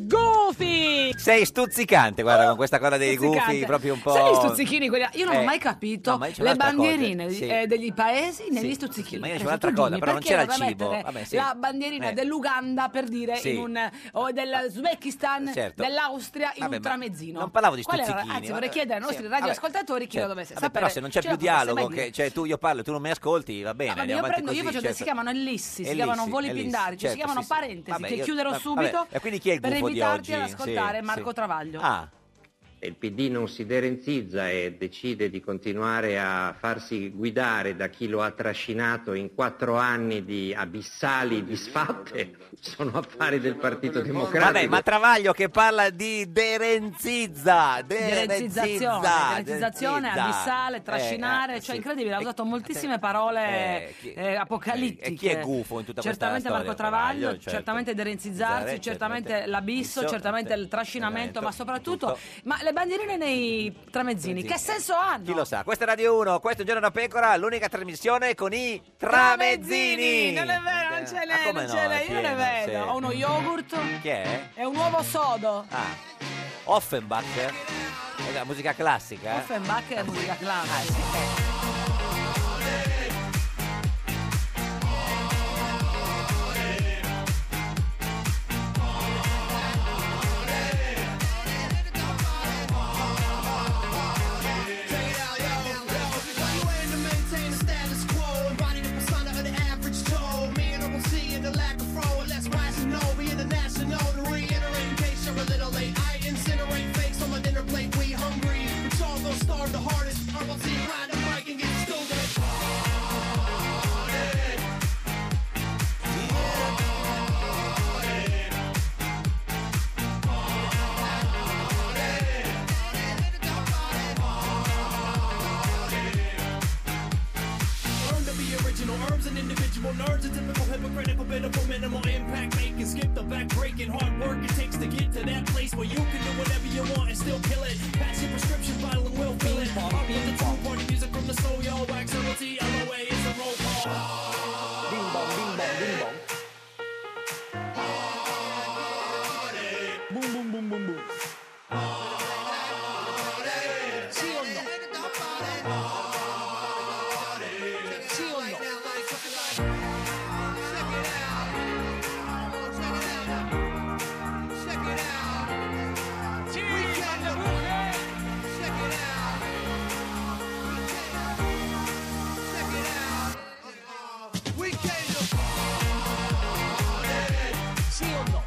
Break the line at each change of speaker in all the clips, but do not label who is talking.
Goofy! Oh,
Sei stuzzicante, guarda, con questa cosa dei
Stuzzicante.
gufi, proprio un po'.
Sai gli stuzzichini quelli? Io non
Eh,
ho mai capito
no, ma
le
c'è un'altra cosa,
bandierine
sì.
eh, degli paesi negli
Sì.
stuzzichini.
Ma io c'è
Adesso
un'altra
tu
cosa,
dimmi,
però non
perché
c'era il
doveva
cibo?
mettere
Vabbè, sì.
La bandierina
Eh.
dell'Uganda per dire
Sì.
in un o dell'Uzbekistan,
Certo.
dell'Austria in
Vabbè,
un
ma
tramezzino.
non parlavo di
Qual era?
stuzzichini,
Anzi,
ma-
vorrei chiedere ai
sì,
nostri
vabbè.
radioascoltatori chi
Certo.
lo dovesse
Vabbè,
sapere.
però se non c'è
Ce
più
lo potesse mai
dialogo,
dire.
che, cioè tu io parlo, tu non mi ascolti, va bene.
Vabbè,
andiamo
io
avanti
prendo, io
così,
faccio
certo.
si chiamano ellissi, si
Ellissi,
chiamano voli
ellissi,
pindarici,
certo,
si chiamano
sì, sì.
parentesi
Vabbè,
che
io-
chiuderò
vabbè,
subito
e quindi chi è il
per
gufo di
invitarti ad
oggi? Sì,
ascoltare
sì.
Marco Travaglio.
Ah,
Il PD non si derenzizza e decide di continuare a farsi guidare da chi lo ha trascinato in quattro anni di abissali disfatte, sono affari del Partito Democratico.
Vabbè, ma Travaglio che parla di derenzizza, derenzizza,
Derenzizzazione, derenzizzazione,
derenzizza.
abissale, trascinare,
Eh, eh,
cioè
sì.
incredibile, ha usato moltissime parole
eh, chi-
eh, apocalittiche.
eh, chi è gufo in tutta questa
Certamente
storia,
Marco Travaglio,
Travaglio, certo.
certamente derenzizzarsi,
Certamente
certamente l'abisso,
l'abisso,
certamente
eh,
il trascinamento,
certo,
ma soprattutto ma le bandierine nei tramezzini, che senso hanno?
Chi lo sa? Questa è Radio 1, questo è un giorno da pecora, l'unica trasmissione con i tramezzini.
Non è vero, non ce l'è,
come
non
no,
ce
è
l'è, io le
pieno,
vedo.
sì.
Ho uno yogurt
Chi è?
e un uovo sodo.
Ah, Offenbach. Eh, La musica classica. eh. Ah,
Offenbach è musica classica.
Plan to maintain the status quo, embody the persona of the average Joe. Me and OC in the lack of fraud, less wise and no, we international to reiterate in case you're a little late. I incinerate fakes on my dinner plate, we hungry. It's all gonna starve the hardest. RLC ride the bike and get stupid.
Learn to be original, herbs and individual nerds. A typical hypocritical bit of a minimal impact making. Skip the back breaking, hard work it takes to get to that place where you can do whatever you want and still kill it. Pass your prescription bottle and we'll fill it. Up with the true party music from the soul, y'all. Wax LOT, LOA is a roll call. Bing bong, bing bong, bing bong. Boom, boom, boom, boom, boom.
Sì o no? Sì o no? We came to See or no?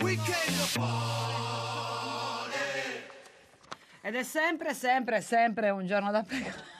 We came to
Ed è sempre, sempre, sempre un giorno da pecora.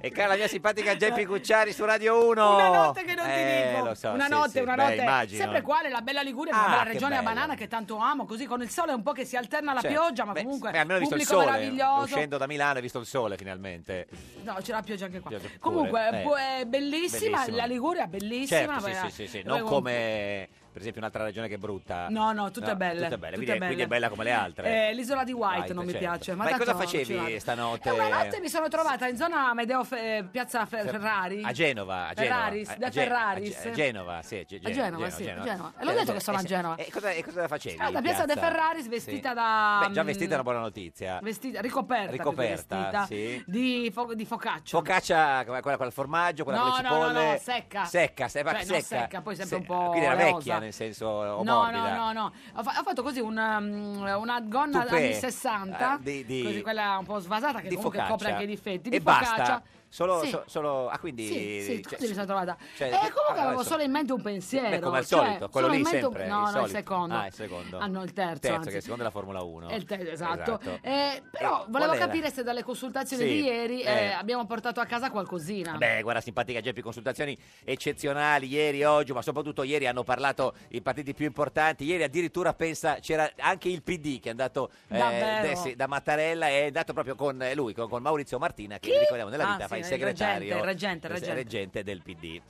E cara la mia simpatica Geppi Cucciari su Radio 1.
Una notte che non
Eh,
ti dico.
lo so,
una
sì,
notte,
sì.
una
Beh,
notte.
immagino.
Sempre quale la bella Liguria, una
Ah,
bella
che
regione a
bello.
banana che tanto amo, così con il sole un po' che si alterna alla
Certo.
pioggia, ma
Beh,
comunque
beh, almeno ho visto il
pubblico
sole.
meraviglioso.
Uscendo da Milano hai visto il sole finalmente.
No, c'era la pioggia anche qua.
Pioggia pure,
comunque
eh.
bu- è bellissima,
Bellissimo.
la Liguria è bellissima,
certo, sì,
beh,
sì, sì, sì.
dove
non
con-
come per esempio un'altra regione che è brutta.
No, no, tutte belle.
Tutte belle,
tutte
quindi, è- quindi è bella come le altre.
Eh, l'isola di White, non mi
certo.
piace. Ma,
Ma
tanto
cosa
non ci vado.
facevi stanotte?
E una notte mi sono trovata in zona Medeo Fe- Piazza Fe- Ferrari.
Cioè, A Genova, a Genova.
Ferraris,
a-
da
a Gen- a Ge-
Ferraris.
A Genova, sì, Ge-
A Genova, sì, a Genova. E l'ho detto che sono a
Eh, sì.
Genova.
E cosa, e cosa facevi?
Stata a
in
Piazza De Ferraris vestita da,
Beh, già
mm,
vestita è una buona notizia.
Vestita, ricoperta, più che
Ricoperta,
vestita,
sì.
di, fo- di focaccia.
Focaccia, come quella con il formaggio, quella con le
No, no, no,
cipolle.
no, secca.
Secca, se- ma
Cioè, no,
secca.
secca, poi sempre un po'
Quindi era
oleosa.
vecchia, nel senso, o
No,
morbida.
no, no, no. Ho, fa- ho fatto così una, mm, una gonna
Toupé,
anni 60,
eh, di- di-
così quella un po' svasata Ah, che
di
comunque
focaccia.
copre anche i difetti. Di
E
focaccia.
basta? Solo,
Sì.
so- solo- ah, quindi...
Sì, sì,
cioè,
tutti mi sono trovata.
cioè,
e
che-
Eh, comunque
ah,
avevo
adesso-
solo in mente un pensiero.
Beh, come al
cioè,
solito, quello
solo
lì
in mente un-
sempre.
No, no,
solito.
il secondo.
Ah, il secondo.
Hanno il terzo.
Terzo,
anzi.
che è il secondo della Formula 1.
È il te- esatto.
Esatto.
Eh, però
Eh,
volevo
qual era?
capire se dalle consultazioni
Sì,
di ieri eh,
eh.
abbiamo portato a casa qualcosina.
Beh, guarda, simpatica Geppi, consultazioni eccezionali ieri, oggi, ma soprattutto ieri hanno parlato i partiti più importanti. Ieri addirittura pensa c'era anche il PD che è andato
Davvero?
eh, sì, da Mattarella e è andato proprio con eh, lui, con, con Maurizio Martina, che
Chi?
ricordiamo nella vita
Ah,
fa
sì,
il
il
segretario
reggente, il reggente, il
il
reggente.
reggente del PD.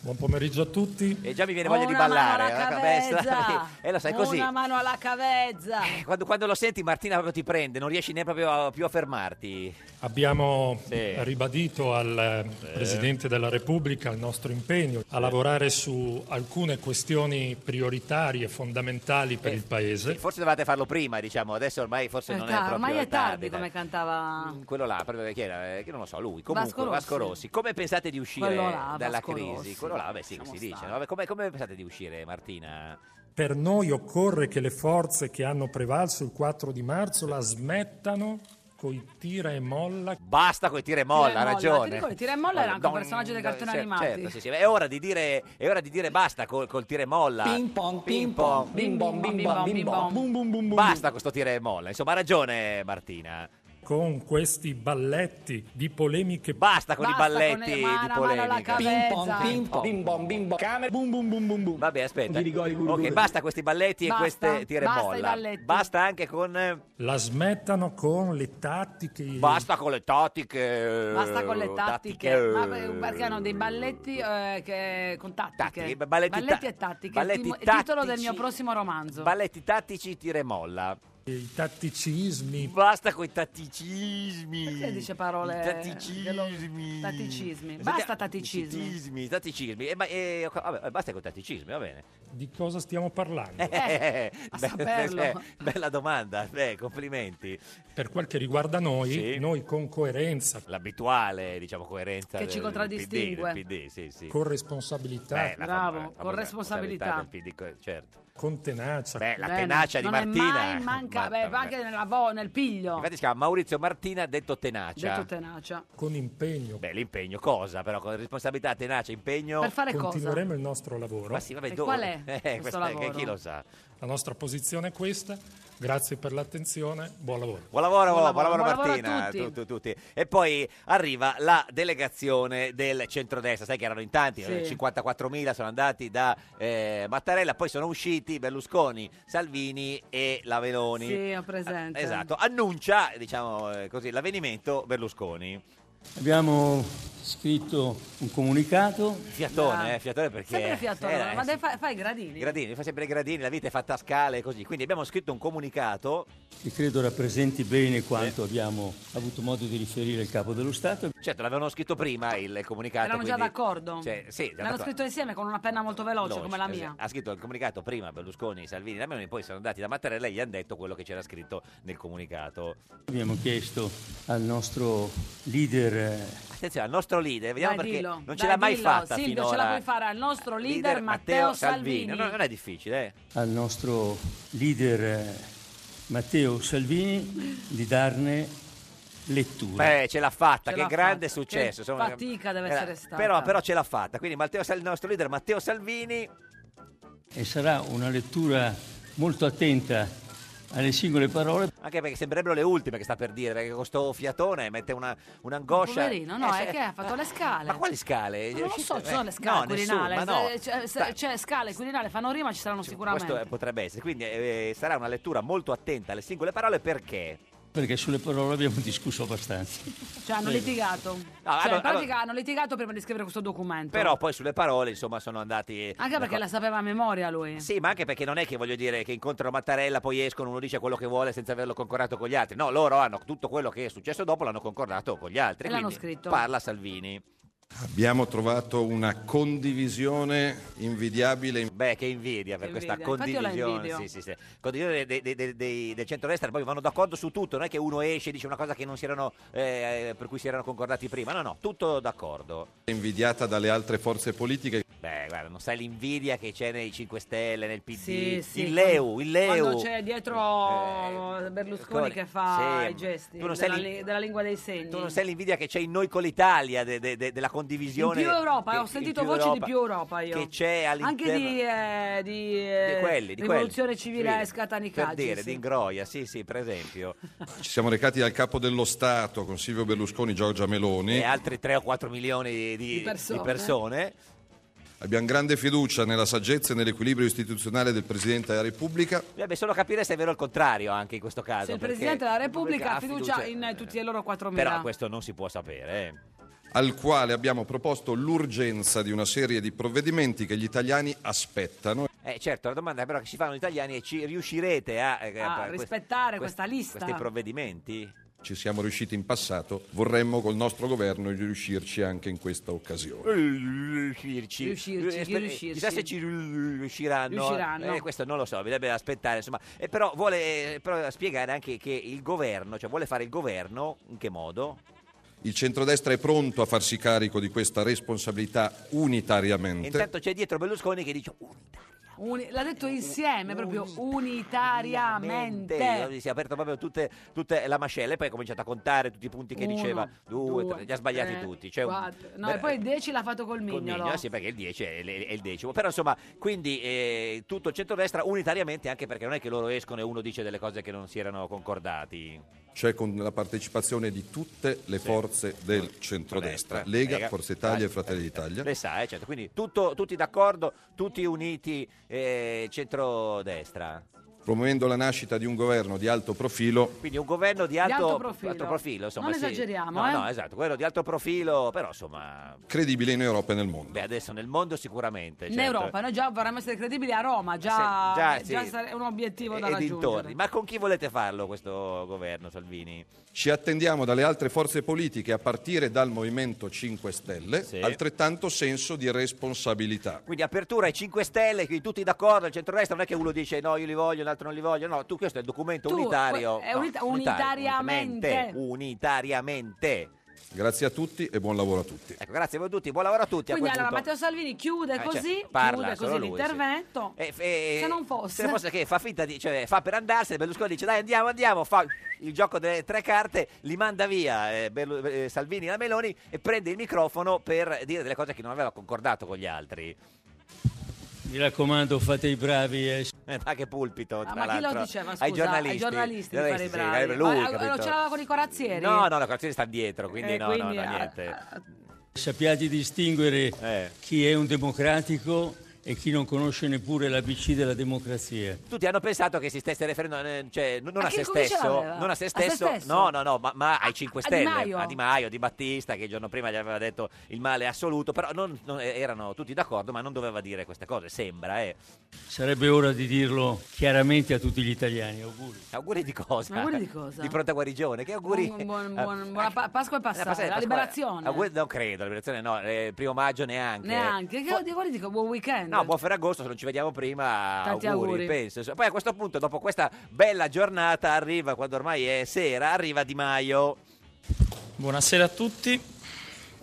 Buon pomeriggio a tutti.
E già mi viene voglia di
Una
ballare.
mano alla
eh, beh,
cavezza.
sai, eh, lo sai così. Eh,
Una mano alla cavezza.
Quando, quando lo senti Martina proprio ti prende, non riesci neanche proprio a- più a fermarti.
Abbiamo ribadito al eh, Presidente della Repubblica il nostro impegno a lavorare su alcune questioni prioritarie, fondamentali per il Paese.
Forse dovevate farlo prima, diciamo, adesso ormai forse
Eh,
non è
tar-
proprio
ormai è tardi,
tardi dai.
come cantava.
quello là, proprio chi era? Eh, Che non lo so, lui. Comunque,
Vasco
Vasco
Rossi.
Rossi. Come pensate di uscire
Quello là,
dalla
Vasco
crisi?
Rossi.
Quello là, beh, sì,
Lasciamo
si dice.
stare.
no? Vabbè, Come, come pensate di uscire, Martina?
Per noi occorre che le forze che hanno prevalso il 4 di marzo la smettano coi tira e molla.
Basta coi tira e molla,
Eh,
Tira e
Mm.
molla,
ha ragione.
ti ricordi,
tira e molla era anche un
Don-
personaggio dei
Don-
cartoni
cer-
animati.
certo, sì, sì, È ora di dire, è ora di dire basta col, col tira e molla.
Ping
pong, ping pong,
bim bom, bim bom, bim bom.
Basta con sto tira e molla. Insomma, ha ragione Martina.
Con questi balletti di polemiche.
Basta con i balletti di polemica.
Bim bom, bim bom. Camera. Bum bum bum bum bum.
Vabbè, aspetta. Ok, basta questi balletti
Basta,
e queste tira e
basta i
molla.
balletti.
Basta anche con eh,
La smettano con le tattiche.
Basta con le tattiche.
Basta con le tattiche, ma
Oh, tattiche. Oh.
per- perché hanno dei balletti eh, che- con tattiche.
Tattiche, ba- balletti ta-
e tattiche,
balletti
il timo- il titolo del
tattici.
mio prossimo romanzo.
Balletti tattici tira e molla.
I tatticismi.
Basta con i tatticismi.
Perché dice parole?
I tatticismi.
dello- tatticismi. Basta tatticismi.
ah, Tatticismi, tatticismi. Eh, ma, eh, vabbè, basta con i tatticismi, va bene.
Di cosa stiamo
Eh,
Eh.
parlando? Eh.
a eh, bella domanda, beh, complimenti.
Per quel che riguarda noi,
Sì.
noi con coerenza,
L'abituale, diciamo, coerenza
Che ci
del- del
contraddistingue.
PD, del PD, sì, sì.
con responsabilità,
Beh, eh, la
Bravo,
fam-
con
famosa
responsabilità.
del PD, co- certo.
con tenacia.
Beh, la
Bene.
tenacia di
non
Martina.
è mai manca,
Marta,
beh,
vabbè.
anche nella vo- nel piglio.
Infatti si chiama Maurizio Martina, detto tenacia.
Detto tenacia.
Con impegno.
Beh, l'impegno cosa, però, con responsabilità, tenacia, impegno.
Per fare cosa?
Continueremo il nostro lavoro.
Ma sì, vabbè,
E
dove?
qual è
Eh,
questo
questa-
lavoro?
che chi lo sa.
La nostra posizione è questa. Grazie per l'attenzione. Buon lavoro.
Buon lavoro,
Buon
buon
lavoro,
lavoro,
buon lavoro a
Martina,
tutti.
tu- tu- tutti. E poi arriva la delegazione del centrodestra, sai che erano in tanti,
Sì.
eh, 54.000 sono andati da eh, Mattarella, poi sono usciti Berlusconi, Salvini e la Meloni.
Sì, ho presente.
Eh, Esatto, annuncia, diciamo eh, così, l'avvenimento Berlusconi.
Abbiamo scritto un comunicato.
Fiatone, eh, fiatone perché...
Ah, Sempre fiatone,
eh,
ma deve fa- fai i gradini.
i Gradini, fa sempre i gradini, la vita è fatta a scale e così. Quindi abbiamo scritto un comunicato
Che credo rappresenti bene quanto abbiamo avuto modo di riferire il Capo dello Stato.
Certo, l'avevano scritto prima il comunicato.
Erano già
quindi-
d'accordo?
Cioè, sì, già
L'hanno
d'accordo.
scritto insieme con una penna molto veloce,
Veloce,
come la
eh,
mia.
sì. Ha scritto il comunicato prima Berlusconi, Salvini, la Meloni, poi sono andati da Mattarella e gli hanno detto quello che c'era scritto nel comunicato.
Abbiamo chiesto al nostro leader eh,
Attenzione, al nostro leader, vediamo
Dai,
perché
dillo.
non
Dai,
ce l'ha mai
dillo.
fatta
Silvio, ce
finora.
la puoi fare al nostro leader, Matteo, Salvini.
No, non è difficile, eh.
al nostro leader eh, Matteo Salvini di darne lettura.
Beh, ce l'ha fatta,
Ce
che
l'ha
grande
fatta.
successo.
Che
insomma.
fatica deve
Era-
essere stata.
Però, però ce l'ha fatta. Quindi Matteo Sal- il nostro leader Matteo Salvini
E sarà una lettura molto attenta alle singole parole.
Anche perché sembrerebbero le ultime che sta per dire, perché con sto fiatone mette una, un'angoscia.
Poverino, no,
Eh,
è
se-
che ha fatto le scale.
Ma quali
Non
scale?
lo so,
Uscite-
ci sono
eh,
le scale eh,
no, nessuno,
culinare.
ma no.
se- C'è, se- c'è scale culinare, fanno rima, ci saranno
Questo eh,
sicuramente.
potrebbe essere, quindi eh, sarà una lettura molto attenta alle singole parole perché
Perché sulle parole abbiamo discusso abbastanza.
Cioè, hanno
Prego.
litigato. cioè,
allora-
in pratica hanno litigato prima di scrivere questo documento.
però poi sulle parole insomma sono andati
Anche perché la sapeva a memoria lui.
Sì, ma anche perché non è che voglio dire che incontrano Mattarella, poi escono, uno dice quello che vuole senza averlo concordato con gli altri. No, loro hanno tutto quello che è successo dopo l'hanno concordato con gli altri.
E l'hanno
quindi
scritto.
Parla Salvini.
Abbiamo trovato una condivisione invidiabile.
Beh, che invidia per questa
Invidia. Infatti io la
condivisione.
invidio.
Sì, sì, sì. Condivisione dei, dei- dei- dei- del centrodestra, poi vanno d'accordo su tutto, non è che uno esce e dice una cosa che non si erano, eh, per cui si erano concordati prima, no, no, tutto d'accordo.
Invidiata dalle altre forze politiche.
Beh, Eh, guarda, non sai l'invidia che c'è nei 5 Stelle, nel PD,
Sì, sì,
il Leu, il Leu.
Quando c'è dietro Berlusconi
Berlusconi,
che fa
sì,
i gesti
tu non
della,
sei lì-
li- della lingua dei segni.
Tu non sai l'invidia che c'è in noi con l'Italia, de- de- de- della
in
condivisione.
più Europa,
che-
eh, ho
in
sentito
più
voci di
Europa.
più Europa io.
che c'è
Anche di, eh, di, eh,
Di quelli, di
rivoluzione
quelli.
civile
Sì,
scatanicaggi.
Per dire,
sì.
di ingroia, sì, sì, per esempio.
Ci siamo recati dal capo dello Stato con Silvio Berlusconi, Giorgia Meloni.
E altri 3 o 4 milioni di, di
persone.
persone.
Abbiamo grande fiducia nella saggezza e nell'equilibrio istituzionale del Presidente della Repubblica.
Bisognerebbe solo capire se è vero il contrario anche in questo caso.
Se il
perché-
Presidente della Repubblica ha fiducia
fiducia-
in tutti e loro 4.000.
eh, Però questo non si può sapere. eh.
al quale abbiamo proposto l'urgenza di una serie di provvedimenti che gli italiani aspettano.
Eh, certo, la domanda è però che ci fanno gli italiani e ci riuscirete a, eh,
A
quest-
rispettare
quest-
questa lista.
Questi provvedimenti?
Ci siamo riusciti in passato, vorremmo col nostro governo riuscirci anche in questa occasione.
riuscirci,
Riuscirci,
Eh, sper-
riuscirci.
chissà se ci riu- riusciranno,
Riusciranno.
Eh, questo non lo so bisognerebbe aspettare insomma Eh, però vuole eh, però spiegare anche che il governo cioè vuole fare il governo in che modo
Il centrodestra è pronto a farsi carico di questa responsabilità
E
unitariamente.
intanto c'è dietro Berlusconi che dice "Uh,
Uni- l'ha detto insieme, proprio unitariamente.
niente", si è aperto proprio tutte, tutte la mascella e poi ha cominciato a contare tutti i punti che
Uno,
diceva due, tre, li ha sbagliati
tre,
tutti cioè,
quattro. No,
Beh,
e poi il 10 l'ha fatto col
Col
mignolo.
Mignolo, sì, perché il 10 è, il- è il decimo. Però insomma, quindi eh, tutto il centrodestra unitariamente, anche perché non è che loro escono e uno dice delle cose che non si erano concordati.
C'è cioè con la partecipazione di tutte le forze del centrodestra, Lega,
Lega,
Forza Italia e Fratelli d'Italia.
Le sa, eh, certo. Quindi tutto- tutti d'accordo, tutti uniti, eh, centrodestra.
Promuovendo la nascita di un governo di alto profilo,
Quindi un governo di alto,
alto profilo.
alto profilo, insomma,
Non
sì.
esageriamo,
No,
eh.
no, esatto, quello di alto profilo, però insomma,
credibile in Europa e nel mondo.
beh, adesso nel mondo sicuramente.
In
certo.
Europa, noi già vorremmo essere credibili a Roma, già,
Se- già,
eh, già
sì.
sare- è un obiettivo da
E dintorni.
raggiungere.
Ma con chi volete farlo questo governo, Salvini?
Ci attendiamo dalle altre forze politiche, a partire dal Movimento 5 Stelle, altrettanto senso di responsabilità.
Quindi apertura ai 5 Stelle, quindi tutti d'accordo, il centrodestra non è che uno dice no, io li voglio, l'altro non li voglio, no, tu questo è il documento
Tu,
unitario.
que- è
No,
unita-
unitario,
unitariamente.
Unitariamente. unitariamente.
Grazie a tutti e buon lavoro a tutti.
Ecco, grazie a voi tutti, buon lavoro a tutti.
Quindi
a quel
allora
punto.
Matteo Salvini chiude
Eh,
così,
cioè, parla
chiude
solo
così
lui, sì.
l'intervento.
Eh,
se non fosse.
se fosse che fa finta di, cioè, fa per andarsene, Berlusconi dice dai andiamo, andiamo, fa il gioco delle tre carte, li manda via eh, Berlu- eh, Salvini e la Meloni e prende il microfono per dire delle cose che non aveva concordato con gli altri.
Mi raccomando, fate i bravi. eh.
Eh, ma che pulpito, tra
Ah, ma chi lo
l'altro. Eh,
diceva, scusa?
ai giornalisti.
Ai giornalisti di fare i
Giornalisti, sì,
bravi.
era lui,
Ma-
capito?
lo ce l'aveva con i corazzieri?
No, no, la canzone sta dietro, quindi
Eh,
no,
quindi,
no, no,
ah,
niente.
Sappiate distinguere
Eh.
chi è un democratico e chi non conosce neppure l'ABC della democrazia.
Tutti hanno pensato che si stesse riferendo, eh, cioè, n- non
A
a,
chi-
se
come ce
stesso,
l'aveva?
non a
A se
se stesso,
stesso?
no, no, no, ma, ma ai 5
a Di
Stelle,
Maio?
a Di Maio, Di Battista, che il giorno prima gli aveva detto il male assoluto, però non, non- eh, erano tutti d'accordo, ma non doveva dire queste cose, sembra, eh.
Sarebbe ora di dirlo chiaramente a tutti gli italiani. Auguri.
Auguri di cosa?
Auguri di cosa?
Di pronta guarigione, che auguri?
Buon- buon-
Ah,
buon- buona Pa- Pasqua è
la
passata, la,
passata Ah, di Pasquale.
liberazione.
Auguri- non credo, la liberazione no, eh, il primo maggio neanche.
Neanche. Che, guarda, dico, buon weekend.
No, buon Ferragosto, se non ci vediamo prima,
Tanti auguri.
penso. Insomma, Poi a questo punto, dopo questa bella giornata, arriva, quando ormai è sera, arriva Di Maio.
Buonasera a tutti.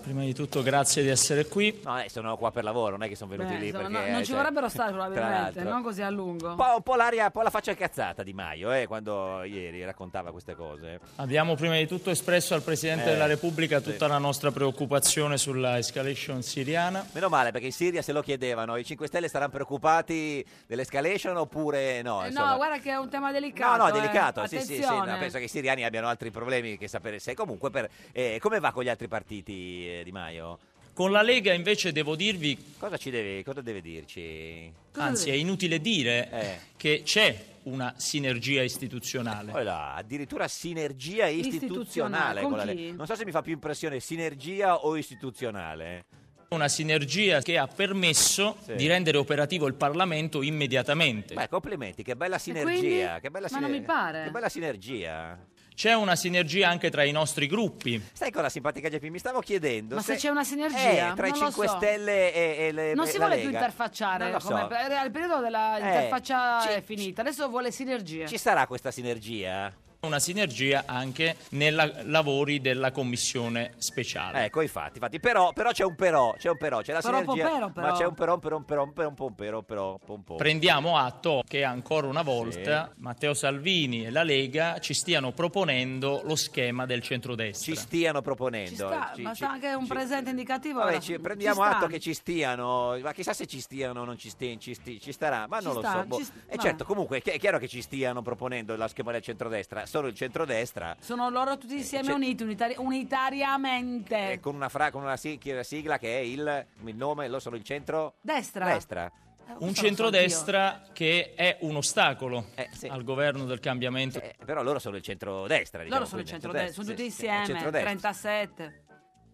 Prima di tutto grazie di essere qui.
No, eh, sono qua per lavoro, non è che sono venuti
Beh,
lì
insomma,
perché...
no- non
eh,
ci
cioè,
vorrebbero stare
tra
probabilmente,
l'altro.
non così a lungo.
Un po', un po' l'aria, un po' la faccia incazzata Di Maio, eh, quando ieri raccontava queste cose.
Abbiamo prima di tutto espresso al Presidente
Eh,
della Repubblica
sì.
tutta la nostra preoccupazione sulla escalation siriana.
Meno male, perché in Siria se lo chiedevano, i 5 Stelle saranno preoccupati dell'escalation oppure no?
Eh,
insomma.
no, guarda che è un tema
No,
delicato.
no,
eh.
delicato, sì, sì, sì, no,
Attenzione.
penso che i siriani abbiano altri problemi che sapere se. Comunque, per- eh, come va con gli altri partiti, eh, Di Maio?
Con la Lega invece devo dirvi,
Cosa ci deve, cosa deve dirci?
anzi è inutile dire,
Eh.
che c'è una sinergia istituzionale.
Poi là, addirittura sinergia
Istituzionale,
istituzionale.
con
con la
chi?
Lega. Non so se mi fa più impressione sinergia o istituzionale.
Una sinergia che ha permesso di rendere operativo il Parlamento immediatamente.
Beh, complimenti, che bella
Quindi?
sinergia. Che bella
Ma non
siner-
mi pare.
Che bella sinergia.
C'è una sinergia anche tra i nostri gruppi.
Sai cosa simpatica Geppi? Mi stavo chiedendo
Ma se c'è una sinergia?
Eh, tra i
Non lo
5
so.
Stelle e, e le
Non
e
si
Eh, la
vuole
Lega.
più interfacciare,
Non lo
come-
so.
era il periodo della
Eh,
interfaccia è finita, adesso vuole sinergie.
Ci sarà questa sinergia?
Una sinergia anche nei la- lavori della commissione speciale.
Ecco, infatti, infatti. Però, però c'è un però, c'è un però, c'è la
Però,
sinergia.
però, però.
Ma c'è un però, un però, un però, un però, un po', un però, un però, un po', un po'.
Prendiamo atto che ancora una volta Matteo Salvini e la Lega ci stiano proponendo lo schema del centrodestra. Ci
stiano proponendo.
Sta- Ah, ma sta anche un presente indicativo.
Vabbè,
ora.
ci- prendiamo
sta.
atto che ci stiano, ma chissà se ci stiano o non ci, sti- ci, sti- ci starà, ma
Ci
non
sta,
lo so. boh.
ci s-
E
va.
certo, comunque è chi- è chiaro che ci stiano proponendo la schema del centrodestra, solo il centrodestra
Sono loro tutti insieme
Eh, c'è-
uniti, unitari- unitariamente.
eh, con una, fra- con una si- chi- la sigla che è il, il nome, lo sono il centro
Destra.
destra.
Eh,
Un centrodestra che è un ostacolo al governo del cambiamento.
Eh, però loro sono il centrodestra. diciamo,
Loro sono il centrodestra, sono tutti insieme, 37.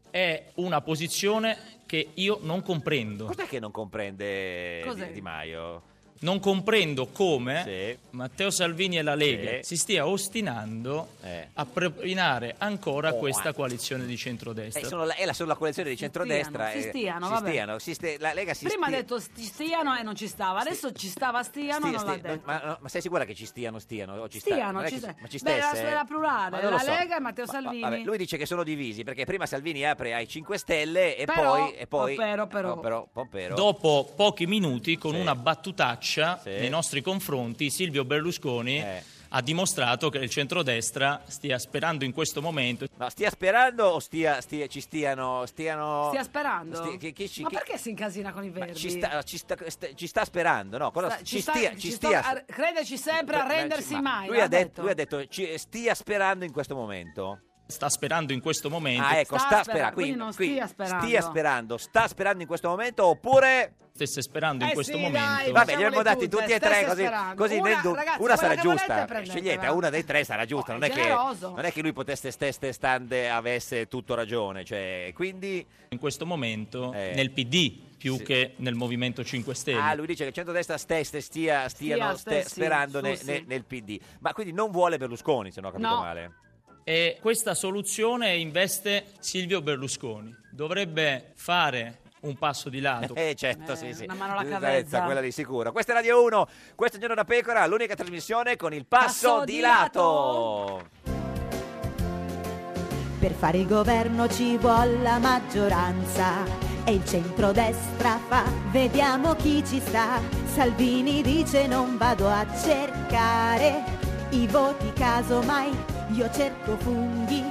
È una posizione che io non comprendo.
Cos'è che non comprende
Cos'è?
Di, Di Maio?
Non comprendo come Matteo Salvini e la Lega
Sì. Eh.
si stia ostinando a propinare ancora
Oh,
questa
eh.
coalizione di
Eh,
centrodestra.
sono la- è la, sono la coalizione di centrodestra.
stiano, si
eh,
stiano,
si
vabbè.
stiano, si ste- la Lega si
Prima ha
stia-
detto ci stiano e non ci stava, adesso ci stava stiano
Sti-
e non
sti-
l'ha
no,
detto.
ma, no, ma sei sicura che ci stiano, stiano? o ci sta- non
Stiano,
è
ci
che
sta-
ma ci
Beh, la
stesse?
era
Ma
plurale,
non
la
lo so.
Lega e Matteo
Ma- ma-
Salvini.
vabbè, lui dice che sono divisi perché prima Salvini apre ai 5 Stelle e
Però,
poi. E poi
però, però.
No, però, po- però.
Dopo pochi minuti, con una battutaccia nei nostri confronti, Silvio Berlusconi
Eh.
ha dimostrato che il centrodestra stia sperando in questo momento.
No, stia sperando o stia, stia- ci stiano? stiano...
Stia sperando.
Sti- che- che ci-
ma
che-
perché si incasina con i verdi?
Ci sta, ci, sta, sta- ci sta sperando, no? Cosa-
Sta-
ci, stia, ci stia.
sto- a- crederci sempre, a
Ma-
rendersi
ma
mai.
Lui
l'ha
ha detto, lui ha detto ci- stia sperando in questo momento.
Sta sperando in questo momento.
Ah, ecco,
Sta
sta, sperando.
sperando,
Quindi,
quindi non
qui,
stia sperando.
stia sperando, sta sperando in questo momento oppure.
Stesse sperando in
Eh
questo
sì, dai,
momento.
Vabbè, li abbiamo dati tutti e tre
stesse
così,
sperando.
così
Una,
nel dubbio-
ragazzi,
una sarà
quella che volete,
giusta.
prendetela.
Scegliete, una dei tre sarà giusta. non, è che,
generoso.
non è che lui potesse stesse stande avesse tutto ragione. Cioè, quindi. Eh.
In questo momento nel PD più
Sì.
che nel Movimento 5 Stelle.
Ah, lui dice che il centrodestra stesse stia, stiano ste-
stessi,
sperando ne-
su,
ne-
sì.
nel PD. Ma quindi non vuole Berlusconi, se non ho capito
No.
male.
E questa soluzione investe Silvio Berlusconi. Dovrebbe fare un passo di lato.
Eh, certo, sì, sì.
una mano alla
Senza
cavezza.
Quella di sicuro. Questa è Radio 1, questo è Giorno da Pecora, l'unica trasmissione con il passo,
Passo
di
di
lato.
Per fare il governo ci vuole la maggioranza e il centrodestra fa vediamo chi ci sta. Salvini dice non vado a cercare i voti casomai, io cerco funghi,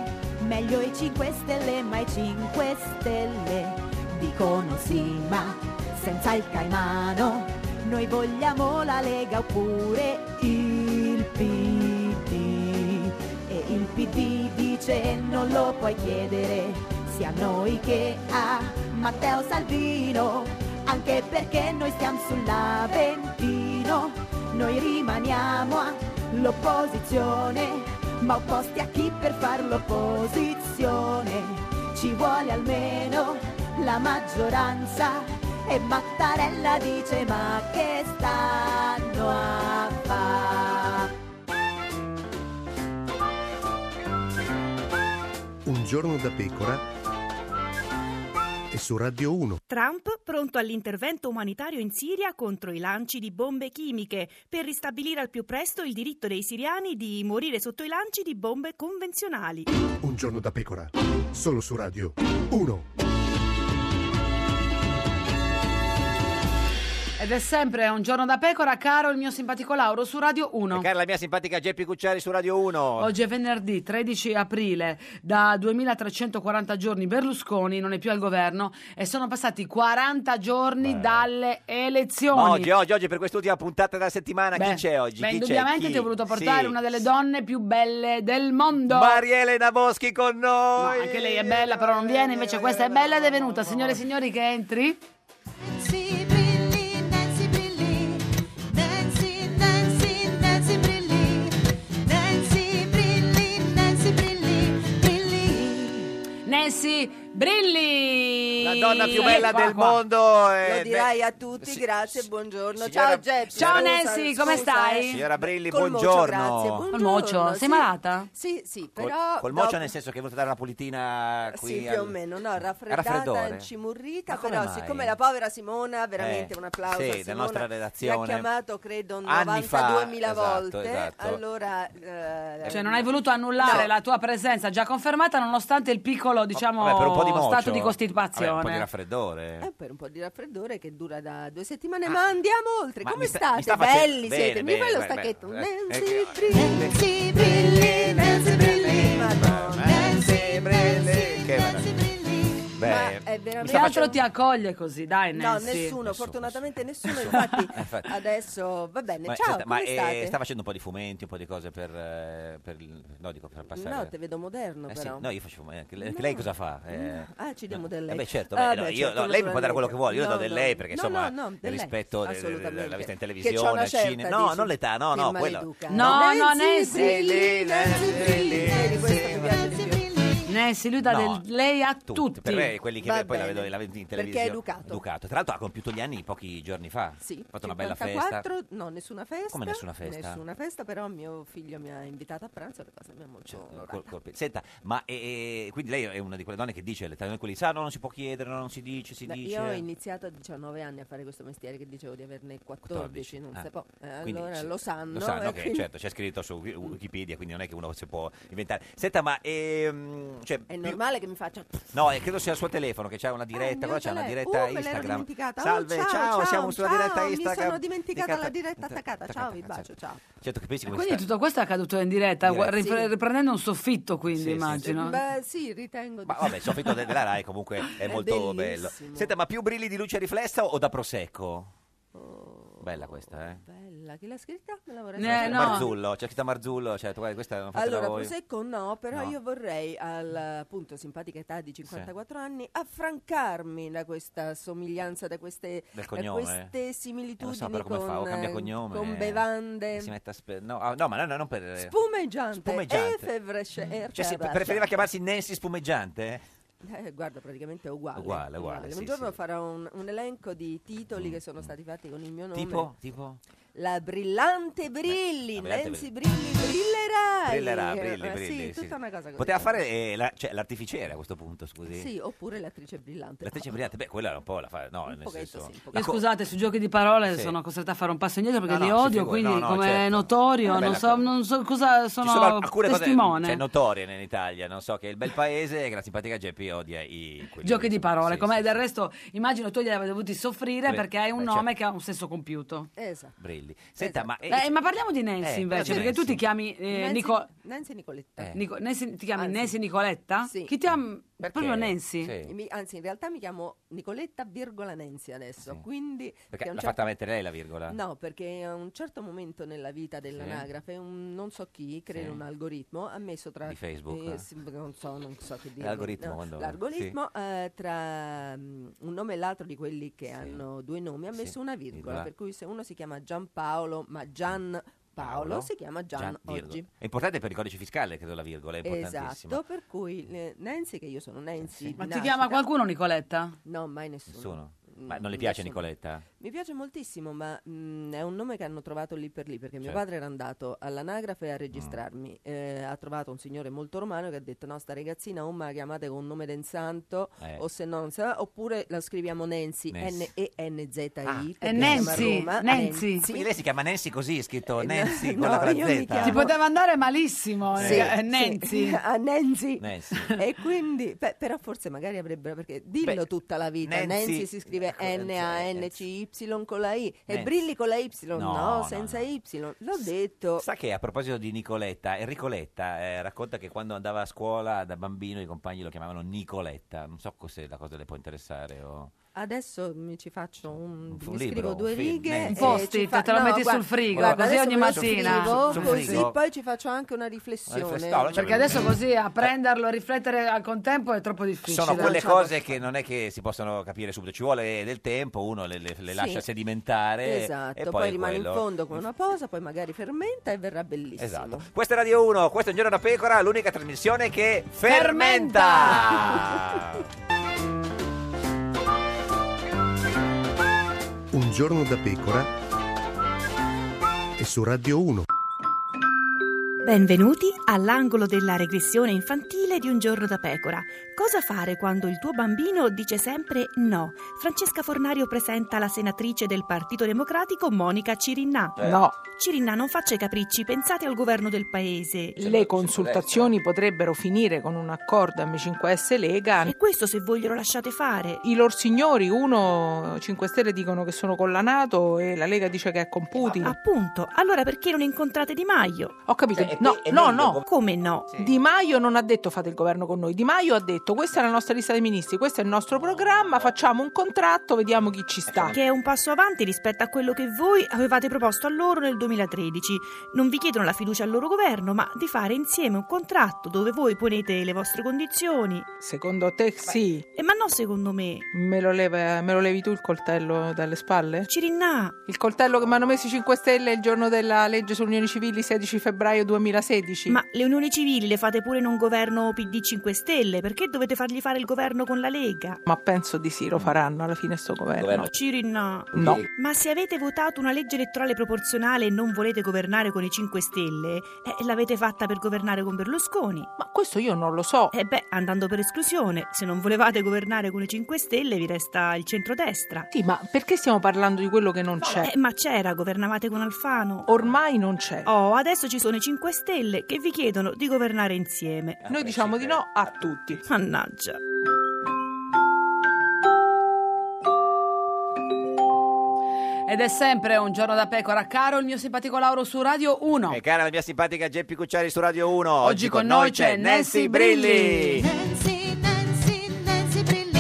meglio i 5 stelle ma i 5 stelle dicono sì ma senza il caimano noi vogliamo la Lega oppure il PD e il PD dice non lo puoi chiedere sia a noi che a Matteo Salvino anche perché noi stiamo sull'Aventino noi rimaniamo all'opposizione ma opposti a chi per far l'opposizione ci vuole almeno la maggioranza e Mattarella dice ma che stanno a fare
Un giorno da pecora e su Radio 1.
Trump pronto all'intervento umanitario in Siria contro i lanci di bombe chimiche per ristabilire al più presto il diritto dei siriani di morire sotto i lanci di bombe convenzionali.
Un giorno da pecora. Solo su Radio 1.
Ed è sempre un giorno da pecora, caro il mio simpatico Lauro su Radio 1.
Cara la mia simpatica Geppi Cucciari su Radio 1.
Oggi è venerdì 13 aprile, da 2340 giorni Berlusconi non è più al governo e sono passati 40 giorni dalle elezioni.
Ma oggi, oggi, oggi per quest'ultima puntata della settimana,
Beh,
chi c'è
beh,
oggi? Chi c'è?
indubbiamente
Chi?
ti ho voluto portare
Sì.
una delle donne più belle del mondo.
Marielena Boschi con noi.
No, anche lei è bella, però non viene, invece questa è bella ed è venuta. Signore e signori, che entri.
Nancy Brilli, Nancy Brilli, Nancy, Nancy, Nancy Brilli, Nancy Brilli, Nancy Brilli, Brilli.
Nancy Ecco. Brilli!
La donna più bella
Qua,
del
qua.
mondo. eh,
Lo dirai
beh,
a tutti tutti, grazie, buongiorno.
signora-
Ciao Geppi.
Ciao,
scusa,
Nancy, come
scusa,
stai?
eh.
Signora Brilli,
Col mocio,
buongiorno.
grazie, buongiorno.
Col mocio, sei
Sì,
malata?
Sì, sì,
Col,
però...
col mocio
dopo-
nel senso che volete dare una pulitina qui
Sì, più o
al-
meno, no,
raffreddore.
raffreddata, cimurrita,
Ma come
però
mai?
siccome la povera Simona, veramente
Eh,
un applauso
sì,
a
della
Simona,
nostra
che
redazione.
ha chiamato credo
Anni fa,
92.000
esatto,
volte,
esatto.
allora...
Cioè, non hai voluto annullare
Eh, No.
la tua presenza già confermata, nonostante il piccolo, diciamo,
Vabbè, per un po' di mocio.
stato di
Vabbè, un po' di
costipazione.
raffreddore.
Eh, per un po' di raffreddore che dura da due settimane, ma andiamo oltre.
Ah, Ma
Come
mi sta-
state?
mi sta facendo-
Belli
bene,
siete, mi
bene,
fai lo
bene,
stacchetto.
bene.
Nancy
Eh,
Brilli, Nancy Brilli, Nancy Brilli, Madonna, Nancy Brilli.
eh, Che meraviglia. Beh,
Ma eh, è veramente-
Che altro ti accoglie così, dai,
No,
Nancy.
nessuno, fortunatamente nessuno, infatti
Eh, infatti.
adesso va bene,
Ma,
ciao,
senta, ma,
come
eh,
state?
sta facendo un po' di fumenti, un po' di cose per, eh, per il- no, dico, per passare.
No, te vedo moderno
Eh sì,
però.
no, io faccio eh, anche lei,
No.
lei cosa fa? Eh,
Ah, ci diamo del lei.
eh beh, certo,
Ah,
beh, no,
beh,
io-
certo,
no, lei mi può dare quello che vuole, io le do
naturalmente.
del lei perché
No,
insomma
no, no, del
nel
lei,
rispetto de- de- de-
assolutamente.
della vista in
Che c'ho
televisione,
una
al
certa,
cinema. No,
dici?
non l'età, no,
Che
no, quella.
maleduca.
No, no, Nancy.
Brilli, Nancy Brilli. Vedi, questo mi piace di più.
Nancy, lui dà
No.
del lei a tutti.
Tutti, per me quelli che
Va
poi la
bene.
vedo la vedo in
Perché è
televisione.
educato.
Tra l'altro ha compiuto gli anni pochi giorni fa.
Sì,
Ha fatto una bella festa.
54, no, nessuna festa.
Come nessuna festa?
Nessuna festa, però mio figlio mi ha invitata a pranzo, è una cosa mia molto onorata.
Cioè, Col- colpi- Senta, ma eh, eh, quindi lei è una di quelle donne che dice le quelli sa, no, non si può chiedere, no, non si dice, si
Beh,
dice.
Io ho iniziato a 19 anni a fare questo mestiere che dicevo di averne 14,
14,
non
ah.
si può. Eh,
Quindi
allora
sì,
lo sanno.
Lo sanno
eh,
che
quindi-
certo, c'è scritto su Wi- Wikipedia, quindi non è che uno si può inventare. Senta, ma ehm, cioè,
È
più-
normale che mi faccia...
No, eh, credo sia il suo telefono che c'è una diretta, cosa c'è una
tele-
diretta
Uh, me l'ero
Instagram.
dimenticata. Oh,
Salve,
ciao,
ciao, siamo
ciao,
sulla diretta
ciao, mi
Instagram.
sono dimenticata la
Dicatta-
diretta attaccata. Ciao, vi bacio, ciao.
Certo che pensi come
Quindi
sta-
tutto questo è accaduto in diretta,
Diretta.
gu- ripre-
Sì.
riprendendo un soffitto, quindi
Sì, sì,
immagino.
Beh, sì, ritengo di
Ma vabbè, il soffitto de- della Rai comunque è
È
molto bello.
bellissimo.
Senta, ma più brilli di luce riflessa o da prosecco?
Oh.
Bella questa, eh?
bella. Chi l'ha scritta? Me la vorrei
Eh,
sapere.
no.
Marzullo, c'è scritto Marzullo, cioè, tu- guarda, questa non fatela
Allora,
voi.
Prosecco no, però
No.
io vorrei, alla appunto simpatica età di 54 anni, affrancarmi da questa somiglianza, da queste,
Del
da
cognome?
queste
Eh, lo
similitudini
so, però come
con,
fa? O
eh,
cambia cognome?
con
eh,
bevande,
e Si mette a spe- no, ah, no, ma no, no, non per...
spumeggiante,
Spumeggiante.
effervesce-
Cioè, si pre-
effervesce-
preferiva chiamarsi Nancy Spumeggiante?
Eh, guarda, praticamente è uguale.
Uguale, uguale, sì, Mm,
un giorno farò un, un elenco di titoli che sono stati fatti con il mio nome.
Tipo? Tipo?
La brillante Brilli,
la brillante
Nancy Brilli, brillerai.
Brillerà,
Eh,
brilli,
eh,
brilli.
Sì,
sì.
tutta una cosa così.
Poteva fare eh, la- cioè, l'artificiere a questo punto, scusi.
Sì, oppure l'attrice brillante.
L'attrice brillante, beh, quella era un po' la fa... No, nel
pochetto,
senso...
sì, un
la
Io
co-
scusate, sui giochi di parole
Sì.
sono costretta a fare un passo indietro perché
No,
li
no, si
odio,
figuri,
quindi
no, no,
come è
certo.
notorio,
Vabbè,
non
la
so, non so cosa sono,
Ci sono alcune
testimone.
cose cioè, notorie in Italia, non so, che il bel paese e che la simpatica Geppi odia i... quelli-
Giochi di parole, come del resto immagino tu li avevi dovuti soffrire
Beh,
perché hai un
beh,
nome che ha un senso compiuto.
Esatto.
Brilli. Senta, ma... eh,
Eh, ma parliamo di Nancy
Eh,
invece,
parliamo di
perché tu ti chiami eh,
Nancy,
Nico-
Nancy Nicoletta.
Eh.
Nico- Nancy- ti chiami Nancy Nicoletta? Chi ti ha proprio Nancy?
Mi- anzi, in realtà mi chiamo Nicoletta virgola Nancy adesso, quindi... che
Perché
a un
l'ha
certo-
fatta mettere lei la virgola?
No, perché a un certo momento nella vita dell'anagrafe, un, non so chi, credo
Sì.
un algoritmo, ha messo tra... Eh,
Di Facebook?
sì, non so, non so che dire.
L'algoritmo quando-
l'algoritmo, eh, tra mm, un nome e l'altro di quelli che hanno due nomi, ha messo una virgola,
virgola.
per cui se uno si chiama Gianpaolo, ma Gian... Paolo
Paolo?
si chiama Gian,
virgola.
oggi.
È importante per il codice fiscale, credo, la virgola, è importantissima.
Esatto, per cui eh, Nancy, che io sono Nancy. di
Ma ti
nascita-
chiama qualcuno Nicoletta?
No, mai nessuno.
Nessuno?
Mm,
Ma non le piace
nessuno.
Nicoletta?
Mi piace moltissimo, ma mm, è un nome che hanno trovato lì per lì, perché mio
Certo. Mm.
padre era andato all'anagrafe a registrarmi. Eh, ha trovato un signore molto romano che ha detto, no, sta ragazzina o me la chiamate con un nome del santo,
Eh.
o se no, non sa- oppure la scriviamo Nancy,
Nancy.
N-E-N-Z-I. perché si
è
chiama
Nancy,
Roma, Eh,
Nancy.
Ah. Quindi lei si chiama Nancy così, è scritto Nancy
no,
con la
io mi
brazzetta.
Ti poteva andare malissimo,
Sì,
eh, eh,
sì.
Nancy.
A Nancy.
Nancy.
e quindi beh, però forse magari avrebbero perché dillo
Beh,
tutta la vita Nancy,
Nancy-
si scrive N A N C Y con la I e
Nancy.
Brilli con la Y no,
No, no,
senza Y l'ho detto
Sa che a proposito di Nicoletta, Enricoletta eh, racconta che quando andava a scuola da bambino i compagni lo chiamavano Nicoletta. Non so se la cosa le può interessare o...
adesso mi ci faccio un,
Un
mi
libro,
scrivo due
un film,
righe
Nancy.
e
Un
post-it,
ci fa-
te lo metti
guarda-
sul frigo,
guarda,
così
adesso
ogni
me lo
mattina.
scrivo,
Sul
così
frigo. cioè
poi ci faccio anche una riflessione
riflessione,
Perché adesso così a prenderlo, riflettere al contempo è troppo difficile.
Sono quelle cose che non è che si possono capire subito, ci vuole del tempo, uno le, le- le
Sì.
lascia sedimentare.
esatto
e poi,
poi, rimane
quello.
in fondo come una posa poi magari fermenta e verrà bellissimo
Esatto. Questa è Radio 1, questa è Un giorno da pecora, l'unica trasmissione che fermenta!
Un giorno da pecora e su Radio 1.
Benvenuti all'angolo della regressione infantile di Un giorno da pecora. Cosa fare quando il tuo bambino dice sempre no? Francesca Fornario presenta la senatrice del Partito Democratico Monica Cirinnà.
Eh. No.
Cirinnà non faccia i capricci, pensate al governo del paese.
Le consultazioni potrebbero finire con un accordo M5S Lega.
E questo se voi glielo lasciate fare.
I lor signori, uno 5 Stelle dicono che sono con la Nato e la Lega dice che è con Putin.
Appunto, allora perché non incontrate Di Maio?
Ho capito.
Eh,
No, no, no.
Come no?
Di Maio non ha detto fate il governo con noi. Di Maio ha detto questa è la nostra lista dei ministri, questo è il nostro programma, facciamo un contratto, vediamo chi ci sta.
Che è un passo avanti rispetto a quello che voi avevate proposto a loro nel 2013. Non vi chiedono la fiducia al loro governo, ma di fare insieme un contratto dove voi ponete le vostre condizioni.
Secondo te sì.
E Eh, ma no, secondo me.
Me lo, leva- me lo levi tu il coltello dalle spalle?
Cirinnà.
Il coltello che mi hanno messo i 5 Stelle il giorno della legge sulle unioni civili 16 febbraio 2016.
Ma le unioni civili le fate pure in un governo PD 5 Stelle, perché dovete fargli fare il governo con la Lega?
Ma penso di sì, lo faranno alla fine sto governo.
No, Cirinna.
No.
Ma se avete votato una legge elettorale proporzionale e non volete governare con i 5 Stelle, eh, l'avete fatta per governare con Berlusconi.
Ma questo io non lo so.
E beh, andando per esclusione, se non volevate governare con i 5 Stelle vi resta il centrodestra.
Sì, ma perché stiamo parlando di quello che non c'è?
Eh, ma c'era, governavate con Alfano.
Ormai non c'è.
Oh, adesso ci sono i 5 Stelle che vi chiedono di governare insieme.
Noi diciamo di no a tutti.
Mannaggia.
Ed è sempre un giorno da pecora, caro il mio simpatico Lauro su Radio 1.
E Eh, cara la mia simpatica Geppi Cucciari su Radio 1. Oggi,
con noi c'è Nancy Brilli.
Nancy, Nancy, Nancy Brilli.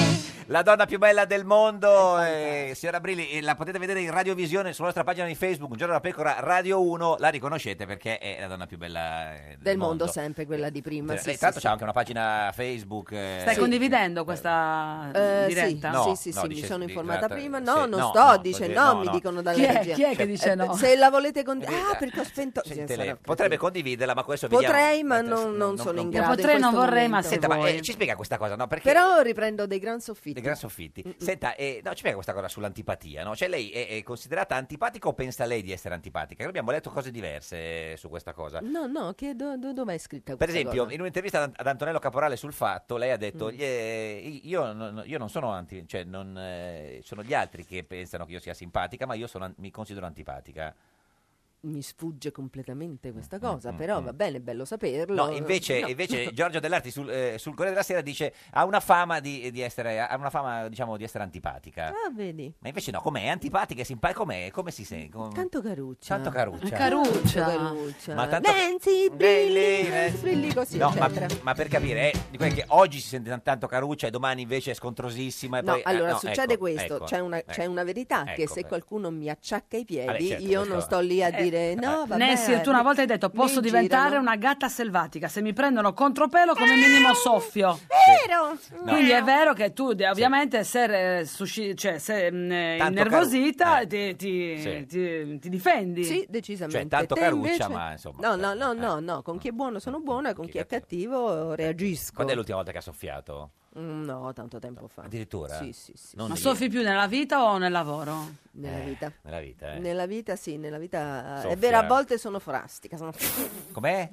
La donna più bella del mondo, eh, signora Brilli, eh, la potete vedere in radiovisione sulla nostra pagina di Facebook, Un giorno da pecora Radio 1, la riconoscete perché è la donna più bella eh, del,
Del mondo sempre quella di prima.
Lei
Sì, sì,
tanto
sì.
c'ha anche una pagina Facebook. eh,
Stai
sì.
condividendo questa
Eh,
diretta?
sì, No,
sì, sì,
no,
sì, mi
dice-
sono
di-
informata
durante-
prima.
sì,
Certo. No, non
no,
sto,
no,
dice
così,
no,
no,
mi
no.
dicono dalla
Chi è-
regia.
chi è che dice
Eh,
no?
Se la volete condividere... Ah, perché ho spento...
Sì,
Sì,
tele-
sarà-
Potrebbe condividerla, ma questo vediamo.
Potrei, ma non, non sono in grado. in questo momento.
Senta, ma eh, ci spiega questa cosa, no? Perché
Però riprendo dei gran soffitti.
dei gran soffitti. Senta, eh, no, ci spiega questa cosa sull'antipatia, no? Cioè lei è, è considerata antipatica o pensa lei di essere antipatica? Noi Abbiamo letto cose diverse eh, su questa cosa.
No, no, che do- do- dov'è scritta
Per
Mm, questa
esempio,
cosa?
in un'intervista ad ad Antonello Caporale sul fatto, lei ha detto:
Mm.
"Gli- eh, io, non, io non sono anti, cioè non, eh, sono gli altri che pensano che io sia simpatica, ma io sono an- mi considero antipatica.
Mi sfugge completamente questa cosa, però va bene, è bello saperlo.
No, invece,
Mm, No.
invece Giorgio Dell'Arti sul, eh, sul Corriere della Sera dice: ha una fama di, di essere, ha una fama, diciamo, di essere antipatica.
Ah, vedi.
Ma invece no, com'è? È Antipatica, è simpatica, com'è? Come si sente? Com-
Tanto caruccia.
Tanto caruccia.
Caruccia.
Ma tanto-
Nancy,
Brilli,
brilli,
Nancy.
Nancy, brilli così,
No, ma,
eccetera.
ma per capire, eh, di quelli che oggi si sente tan- tanto caruccia e domani invece è scontrosissima. E
No,
poi, eh,
allora
no,
succede
ecco,
questo,
ecco,
c'è, una,
ecco.
c'è una verità che
Ecco,
se
ecco.
qualcuno mi acciacca i piedi
Vabbè, certo,
io
questo-
non sto lì a
Eh,
dire no, vabbè.
Nessie, tu una volta hai detto posso
mi
diventare
girano."
una gatta selvatica se mi prendono contropelo come minimo soffio.
Eh, Vero!
Quindi è vero che tu de- ovviamente se, eh, susci- cioè, se mm, eh,
Tanto Eh.
innervosita ti, ti-
Sì.
ti- ti difendi.
Sì, decisamente.
Cioè, tanto
Te
caruccia,
invece-
ma, insomma,
No,
eh,
no, no, no, no, con chi è buono sono buona, con chi è cattivo reagisco.
Quando è l'ultima volta che ha soffiato?
Mm, No, tanto tempo fa.
Addirittura?
Sì, sì, sì.
Non
Ma
lì,
soffi più nella vita o nel lavoro?
Nella vita.
Nella vita, eh.
Nella vita sì, nella vita eh,
Soffia.
è vero, a volte sono frastica, sono
Com'è?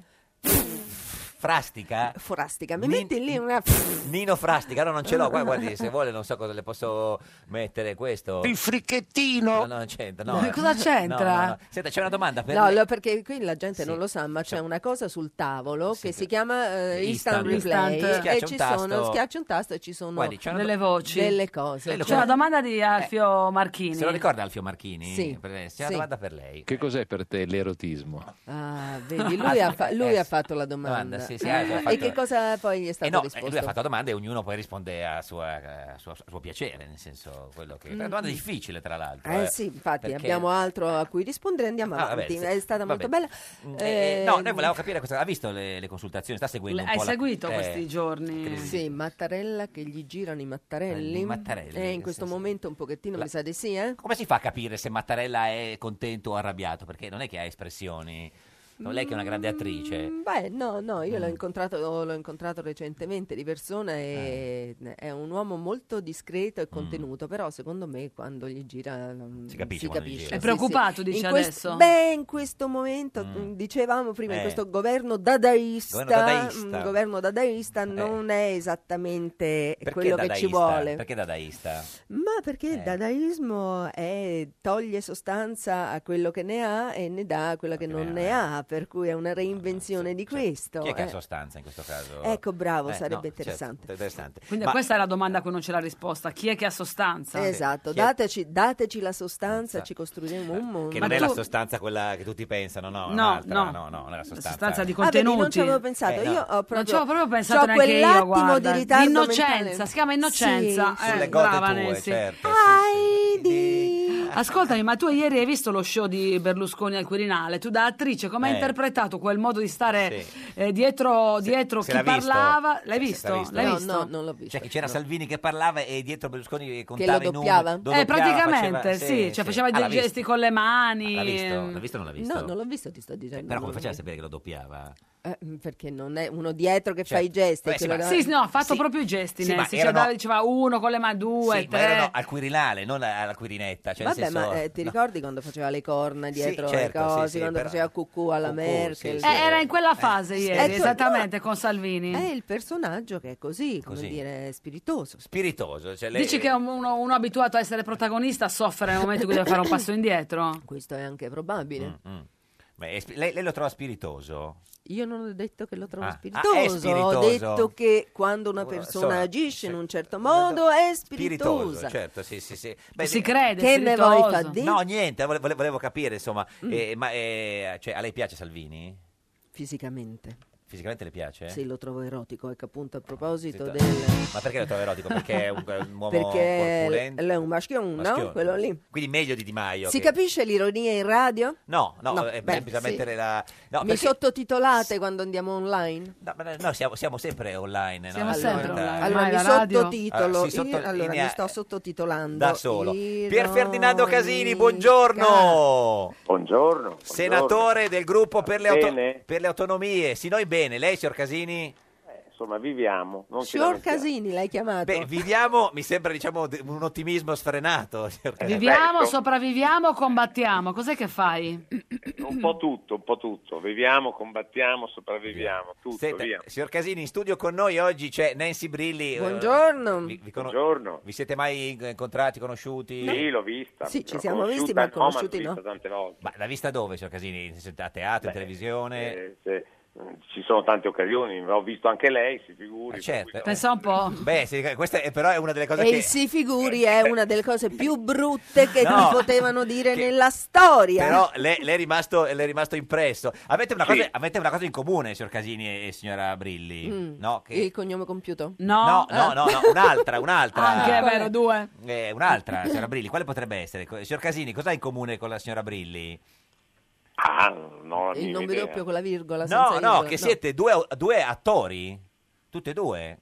Frastica?
forastica. Mi metti lì una
Nino Frastica, no, non ce l'ho. Guarda, guardi, se vuole, non so cosa le posso mettere questo.
Il
fricchettino! No, no, non c'entra. No,
Ma cosa
No,
c'entra?
no, no. Senta, c'è una domanda Eh, per
No,
lei.
lo- perché qui la gente non lo sa, ma c'è una cosa sul tavolo che si chiama eh,
Instant.
instant, replay
Instant.
Schiaccia
e
un
ci
tasto.
sono schiaccia un tasto e ci sono
Guardi, c'è una
Delle voci.
delle cose.
C'è una domanda
Eh.
di Alfio Marchini.
Se lo ricorda Alfio Marchini?
Sì.
Per lei? C'è una
Sì.
domanda per lei.
Che cos'è per te l'erotismo?
Ah, vedi, lui ha, fa- lui ha fatto la domanda.
domanda, sì, sì, ha già fatto-
E che cosa poi gli è stato
Eh no, eh,
risposto?
lui ha fatto la domanda e ognuno poi risponde a, sua- eh, a suo, a suo piacere, nel senso quello che... È una domanda
Mm.
difficile, tra l'altro.
Eh sì, infatti
perché-
abbiamo altro a cui rispondere, andiamo
Ah, vabbè,
avanti.
sì.
È stata
Va
molto
bene.
bella.
Eh, no, noi
Eh,
volevamo capire questa... Ha visto le, le consultazioni? Sta seguendo
Le-
un
hai
po' la-
seguito
eh,
questi giorni?
crisi.
Sì, Mattarella che gli girano i mattarelli.
I mattarelli,
Eh,
sì,
in questo
sì.
momento un pochettino
La-
mi sa di sì, eh?
Come si fa a capire se Mattarella è contento o arrabbiato? Perché non è che ha espressioni. No, lei che è una grande attrice.
Beh, no, no,
Mm.
io l'ho, incontrato, l'ho incontrato recentemente di persona e
Eh.
è un uomo molto discreto e
Mm.
contenuto, però secondo me quando gli gira mm, si
capisce quando gli gira.
È preoccupato, dice
In quest-
adesso?
Beh, in questo momento, mm, dicevamo prima,
Eh.
in questo governo dadaista,
Governo dadaista. Eh.
mm, governo dadaista non è esattamente
Perché
quello che ci
dadaista?
vuole.
Perché dadaista?
Ma perché
Eh.
il dadaismo è- toglie sostanza a quello che ne ha e ne dà a quello che
eh.
non ne ha, per cui è una reinvenzione di questo.
Chi è che ha
eh.
sostanza in questo caso?
Ecco, bravo, sarebbe
certo,
interessante.
interessante.
Quindi
Ma-
questa è la domanda a cui non c'è la risposta. Chi è che ha sostanza?
Esatto, dateci, dateci la sostanza, ci costruiremo un mondo.
Esatto. Che non è la sostanza quella che tutti pensano, no?
No,
un'altra,
no.
no, no, non è la sostanza.
sostanza di
Ah, vedi, non
contenuti.
ci avevo pensato.
Eh, no.
Io ho proprio,
Non ci avevo proprio pensato
c'ho
neanche io,
quell'attimo
guarda.
di ritardo.
D'innocenza,
mentale.
si chiama innocenza.
Sì,
Eh,
sì.
Le gote
brava,
tue,
Nessi.
certo.
Ascoltami, ma tu ieri hai visto lo show di Berlusconi al Quirinale. Tu da attrice come hai
Eh.
interpretato quel modo di stare eh, dietro, dietro
se
chi
l'ha visto.
parlava? L'hai
Se- se
visto?
l'ha visto.
L'hai
No,
visto?
no,
non l'ho visto.
Cioè che c'era Salvini che parlava e dietro Berlusconi contava i numeri.
doppiava?
Lo
eh,
doppiava,
praticamente,
faceva-
sì, Cioè faceva
Ah,
dei
l'ha visto.
gesti con le mani.
L'ha visto?
ehm.
L'ha visto o non l'ha visto?
No, non l'ho visto, ti sto dicendo.
Però
non l'ho
come faceva a sapere che lo doppiava?
visto. Eh, perché non è uno dietro che
Cioè,
fa i gesti.
beh, sì,
quello
ma-
che-
Sì, sì, no, ha fatto proprio i gesti,
Sì, ma
Nancy. Cioè,
erano-
dava- diceva uno con le mani, due,
sì, ma
tre.
erano al Quirinale, non alla Quirinetta. Cioè, nel
Vabbè, ma
senso-
eh, ti
no.
ricordi quando faceva le corna dietro
certo,
le
sì,
cose,
sì,
quando
però-
faceva cucù alla
cucù,
Merkel?
Eh, era in quella fase ieri,
Eh, tu-
esattamente, con Salvini.
È il personaggio che è così, come
Così.
dire, spiritoso.
Spiritoso. Cioè, lei-
Dici che un- uno, uno abituato a essere protagonista soffre nel momento in cui deve fare un passo indietro?
Questo è anche probabile.
Mm. Ma è spi- lei, lei lo trova spiritoso?
Io non ho detto che lo trovo
Ah, ah, è
spiritoso,
spiritoso.
ho detto che quando una persona
sono-
agisce in un certo modo è spiritosa.
Spiritoso, certo, sì, sì, sì.
Si
di-
crede,
Che ne vuoi
spiritoso.
fa di?
No, niente, vole- vole- volevo capire, insomma,
Mm.
eh, ma eh, cioè, a lei piace Salvini?
Fisicamente.
Fisicamente le piace?
Sì, lo trovo erotico, ecco appunto a proposito
Ah, Sì,
del...
Ma perché lo trovo erotico? Perché è un, un uomo
Perché
corpulento?
l- lei è un maschione,
Maschione.
no? Quello lì.
Quindi meglio di Di Maio.
Si
che-
capisce l'ironia in radio?
No, no,
No,
eh,
beh,
bisogna
sì.
mettere la... No,
Mi
perché-
sottotitolate quando andiamo online?
no, ma no, siamo, siamo sempre online. no?
Siamo
In
sempre
realtà.
online. Allora, mi sottotitolo,
Allora, si
io-
sottolinea-
allora, mi sto sottotitolando.
da solo.
Ironica.
Pier Ferdinando Casini, buongiorno.
Buongiorno.
Senatore del gruppo per le, auto-
Bene?
per le autonomie. Sì, noi bene. Lei, signor Casini?
Eh, Insomma, viviamo. Non ci
Signor
lamentiamo.
Casini, l'hai chiamato?
Beh, viviamo, mi sembra, diciamo, de- un ottimismo sfrenato.
Eh,
signor Casini.
Viviamo, sopravviviamo, combattiamo. Cos'è che fai?
Eh, Un po' tutto, un po' tutto. Viviamo, combattiamo, sopravviviamo. Tutto,
Senta,
via.
signor Casini, in studio con noi oggi c'è Nancy Brilli. eh,
Buongiorno.
Vi, vi cono- vi siete mai eh, incontrati, conosciuti?
Sì, l'ho vista.
Sì, ci
L'ho
siamo visti,
conosciuta,
ma conosciuti
l'ho
no.
vista tante volte.
Ma l'ha vista dove, signor Casini? Nel senso, A teatro, in televisione?
Eh, se- ci sono tante occasioni. Ho visto anche lei, si figuri.
Ah, certo.
Pensa un po'.
Beh, sì, questa è, però è una delle cose
E
che...
il si figuri è una delle cose più brutte che
No,
ti potevano dire nella storia.
Però le, le è rimasto, le è rimasto impresso. Avete una, cosa, avete una cosa in comune, signor Casini e, e signora Brilli?
Mm.
No, che-
Il cognome compiuto? Ah.
no, no, no, no, un'altra, un'altra.
eh, Anche è vero, due.
Eh, un'altra, signora Brilli, quale potrebbe essere? Co- Signor Casini, cosa ha in comune con la signora Brilli?
Ah, no,
Il nome doppio con la virgola. senza
No, no,
virgola,
che siete due, due attori, tutte e due.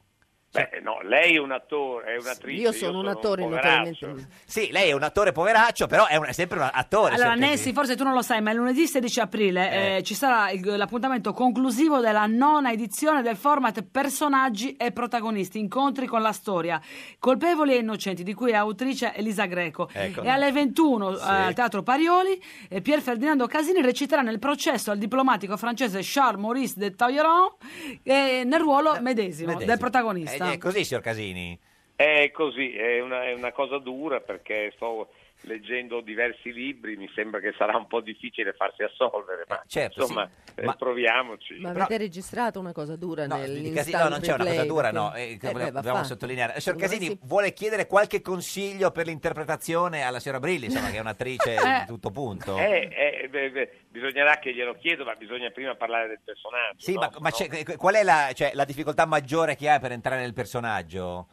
Cioè
Beh, no, lei è un attore, è un'attrice.
Io sono un attore,
poveraccio.
naturalmente.
Sì, lei è un attore poveraccio, però è, un- è sempre un attore.
Allora,
signor
Nessi, forse tu non lo sai, ma lunedì 16 aprile
Eh.
eh, ci sarà il- l'appuntamento conclusivo della nona edizione del format Personaggi e protagonisti, incontri con la storia, colpevoli e innocenti, di cui è autrice Elisa Greco.
Ecco.
E alle 21
Sì.
al Teatro Parioli, eh, Pier Ferdinando Casini reciterà nel processo al diplomatico francese Charles Maurice de Talleyrand eh, nel ruolo medesimo,
Medesimo.
del protagonista.
Eh, È così, signor Casini?
È così, è una, è una cosa dura perché sto leggendo diversi libri, mi sembra che sarà un po' difficile farsi assolvere, ma
certo,
insomma eh, proviamoci.
Ma avete registrato una cosa dura nel
Di Casini, no, non c'è una cosa dura, no. eh, che volevamo volevamo sottolineare. Eh, Signor Casini, vuole chiedere qualche consiglio per l'interpretazione alla signora Brilli, insomma, che è un'attrice
Eh.
di tutto punto?
Eh, eh, beh, beh, bisognerà che glielo chiedo, ma bisogna prima parlare del personaggio.
Sì,
no?
eh, ma, ma c'è- qual è la, cioè, la difficoltà maggiore che ha per entrare nel personaggio?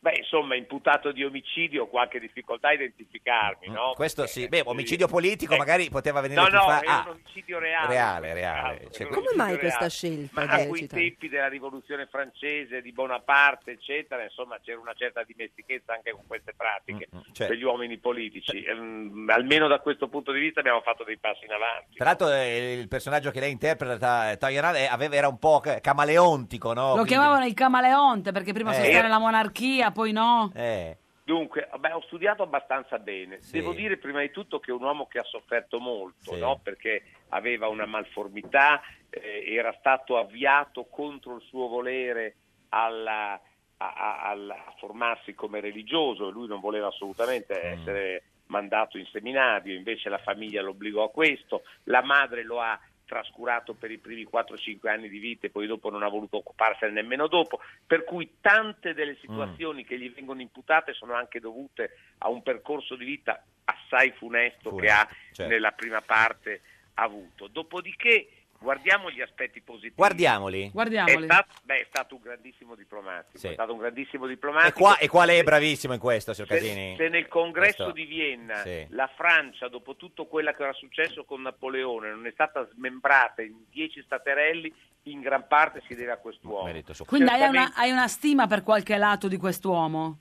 Beh, insomma, imputato di omicidio, ho qualche difficoltà a
Mm,
identificarmi, no?
Questo sì, beh, omicidio politico
Ecco.
magari poteva venire
No,
più
no,
fa-
era
ah,
un omicidio reale.
reale, reale. Cioè,
Come mai questa scelta?
Ma
di
a quei
recitare?
tempi della rivoluzione francese, di Bonaparte, eccetera, insomma c'era una certa dimestichezza anche con queste pratiche
cioè-
degli uomini politici. Ehm, almeno da questo punto di vista abbiamo fatto dei passi in avanti.
Tra l'altro eh, il personaggio che lei interpreta, eh, Toyeran, era un po' ca- camaleontico, no?
Lo
Quindi-
chiamavano il camaleonte perché prima
Eh.
si stava nella monarchia, poi no.
Eh,
Dunque, beh, ho studiato abbastanza bene. Devo dire prima di tutto che è un uomo che ha sofferto molto,
Sì.
no? perché aveva una malformità, eh, era stato avviato contro il suo volere alla- a, a- al- a formarsi come religioso e lui non voleva assolutamente essere mandato in seminario, invece la famiglia lo obbligò a questo, la madre lo ha trascurato per i primi 4-5 anni di vita e poi dopo non ha voluto occuparsene nemmeno dopo, per cui tante delle
Mm.
situazioni che gli vengono imputate sono anche dovute a un percorso di vita assai funesto, che ha
certo.
nella prima parte avuto. Dopodiché guardiamo gli aspetti positivi.
Guardiamoli.
È stato, beh, è stato un grandissimo diplomatico,
Sì.
è stato un grandissimo
E
diplomatico.
qua, e qua lei è bravissimo in questo, signor
Se,
Casini.
se nel congresso
Questo-
di Vienna
sì.
la Francia, dopo tutto quello che era successo con Napoleone, non è stata smembrata in dieci staterelli, in gran parte si deve a quest'uomo.
Quindi hai
Certamente-
una, hai una stima per qualche lato di quest'uomo?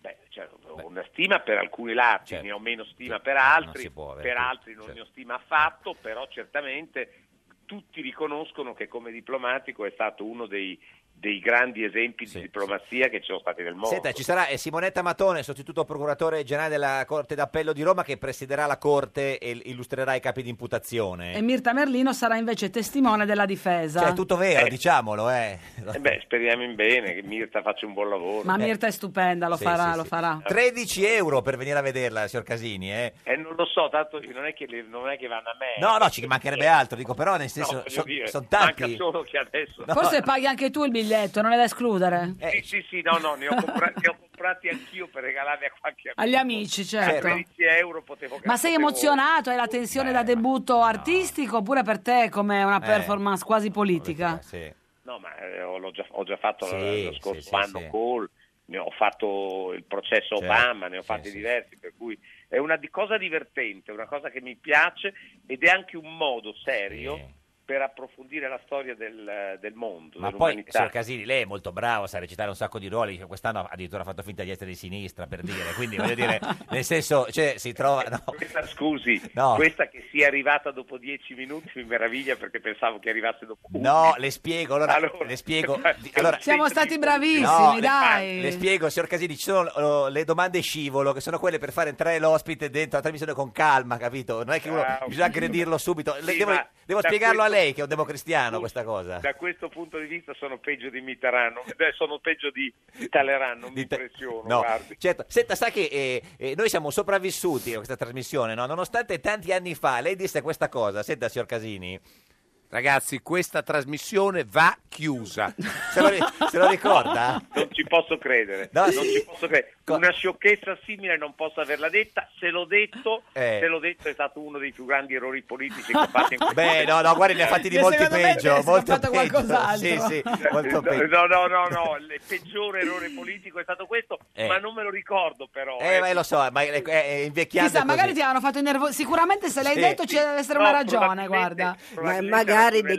Beh, cioè, ho una stima per alcuni lati,
Certo.
ne ho meno stima per altri,
si può avere
per
tutto, certo.
altri non ne ho stima affatto, però certamente tutti riconoscono che come diplomatico è stato uno dei, dei grandi esempi di diplomazia che ci sono stati nel mondo.
Senta, ci sarà eh, Simonetta Matone, sostituto procuratore generale della Corte d'Appello di Roma, che presiderà la Corte e illustrerà i capi di imputazione.
E Mirta Merlino sarà invece testimone della difesa.
Cioè, è tutto vero, diciamolo, eh.
Eh beh, speriamo in bene, che Mirta faccia un buon lavoro.
Ma
Eh,
Mirta è stupenda, lo
Sì,
farà,
sì,
lo
sì.
farà.
13 euro per venire a vederla, signor Casini, eh.
eh, non lo so, tanto io- non è che, le- non è che vanno a me.
No, no, ci mancherebbe altro, dico, però nel senso,
Eh. voglio
sono
dire,
tanti.
Manca solo che adesso...
Forse paghi anche tu il biglietto, non è da escludere.
Sì,
eh.
sì, sì, no, no, ne ho, compra- ne ho comprati anch'io per regalarli a qualche amico.
Agli amici, certo.
Per 13 euro potevo
Ma sei
potevo-
emozionato? Hai la tensione da debutto artistico oppure per te come una
Eh.
performance quasi politica?
No, ma eh, ho, l'ho già, ho già fatto
Sì,
lo scorso
sì, sì,
anno
sì.
Call, ne ho fatto il processo
Certo,
Obama, ne ho
sì,
fatti
sì,
diversi, per cui è una di- cosa divertente, una cosa che mi piace ed è anche un modo serio per approfondire la storia del, del mondo,
Ma poi,
dell'umanità.
signor Casini, lei è molto bravo, sa recitare un sacco di ruoli, cioè, quest'anno ha addirittura fatto finta di essere di sinistra, per dire, quindi voglio dire, nel senso, cioè, si trova... no.
Questa, scusi,
No.
questa che sia arrivata dopo dieci minuti mi meraviglia perché pensavo che arrivasse dopo un
No, le spiego, allora, le spiego. di- allora-
Siamo stati bravissimi,
No, le-
dai.
Le spiego, signor Casini, ci sono oh, le domande scivolo, che sono quelle per fare entrare l'ospite dentro la trasmissione con calma, capito? Non è che uno
Ah, ok.
bisogna aggredirlo subito. Le-
Sì,
devo
ma
devo
da
spiegarlo a
questo-
lei, che è un democristiano, questa cosa.
da questo punto di vista sono peggio di Mitterrand, non- eh, sono peggio di Talleyrand, non mi impressiono,
No,
guardi.
certo. Senta, sa che eh, eh, noi siamo sopravvissuti a questa trasmissione, no? Nonostante tanti anni fa lei disse questa cosa, senta, signor Casini. Ragazzi, questa trasmissione va chiusa. Se lo, ri- se lo ricorda?
Non ci posso credere.
No,
non
sì.
ci posso credere. Una sciocchezza simile non posso averla detta. Se l'ho detto,
Eh.
se l'ho detto è stato uno dei più grandi errori politici che ho fatto in questo
Beh, no, no, guardi, ne ha fatti di molti peggio. Molto peggio. Sì, sì, molto peggio.
No, no, no, no, il peggiore errore politico è stato questo,
Eh.
ma non me lo ricordo però.
Eh, ma lo so, ma è, è- è invecchiato.
Chissà,
così.
magari ti hanno fatto nervoso. Sicuramente se l'hai
Sì.
detto ci deve essere
No,
una ragione, guarda.
Ma magari
lei,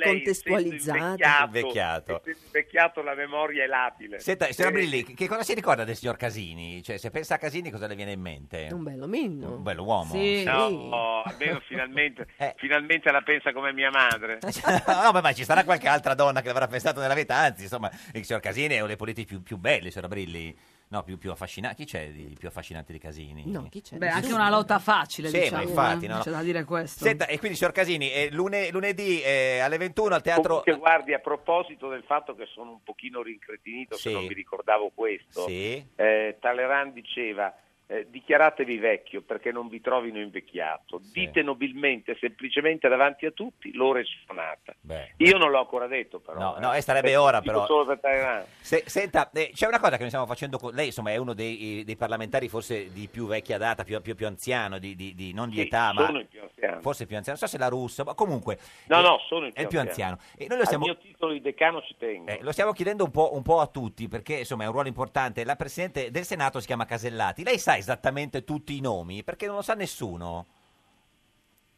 decontestualizzata.
Invecchiato.
Invecchiato la memoria è labile.
Senta, signora
Eh,
Brilli, che- che cosa si ricorda del signor Casini? Cioè, se pensa a Casini, cosa le viene in mente?
Un bello minno.
Un bello uomo.
No, no, almeno finalmente,
Eh.
finalmente la pensa come mia madre.
no, ma, ma ci sarà qualche altra donna che l'avrà pensato nella vita, anzi, insomma, il signor Casini è uno dei politici più, più belli, signora Brilli. No, più, più affascinante. Chi c'è di più affascinante di Casini?
No, chi c'è?
Beh, anche una lotta facile,
Sì,
diciamo.
ma infatti,
eh.
no, no.
C'è da dire questo.
Senta, e quindi, signor Casini, eh, lune- lunedì eh, alle 21 al teatro.
Comunque, guardi, a proposito del fatto che sono un pochino rincretinito, se
Sì.
non mi ricordavo questo,
Sì.
eh, Talleyrand diceva eh, dichiaratevi vecchio perché non vi trovino invecchiato, dite nobilmente, semplicemente davanti a tutti, l'ora è suonata.
Beh.
Io non l'ho ancora detto però.
No,
eh.
no, eh, sarebbe
Perché
ora,
dico
però.
solo per Talleyrand.
Se- senta, eh, c'è una cosa che noi stiamo facendo con lei, insomma, è uno eh, dei, dei parlamentari forse di più vecchia data, più, più- più anziano, di, di- di- non di
Sì,
età, ma
sono il più anziano.
forse è più anziano, non so se la russa, ma comunque
No,
eh,
no, sono il
è
più
il più anziano. E noi lo stiamo-
Al mio titolo di decano ci tengo.
Eh, lo stiamo chiedendo un po', un po' a tutti perché insomma è un ruolo importante. La Presidente del Senato si chiama Casellati. Lei sa esattamente tutti i nomi perché non lo sa nessuno.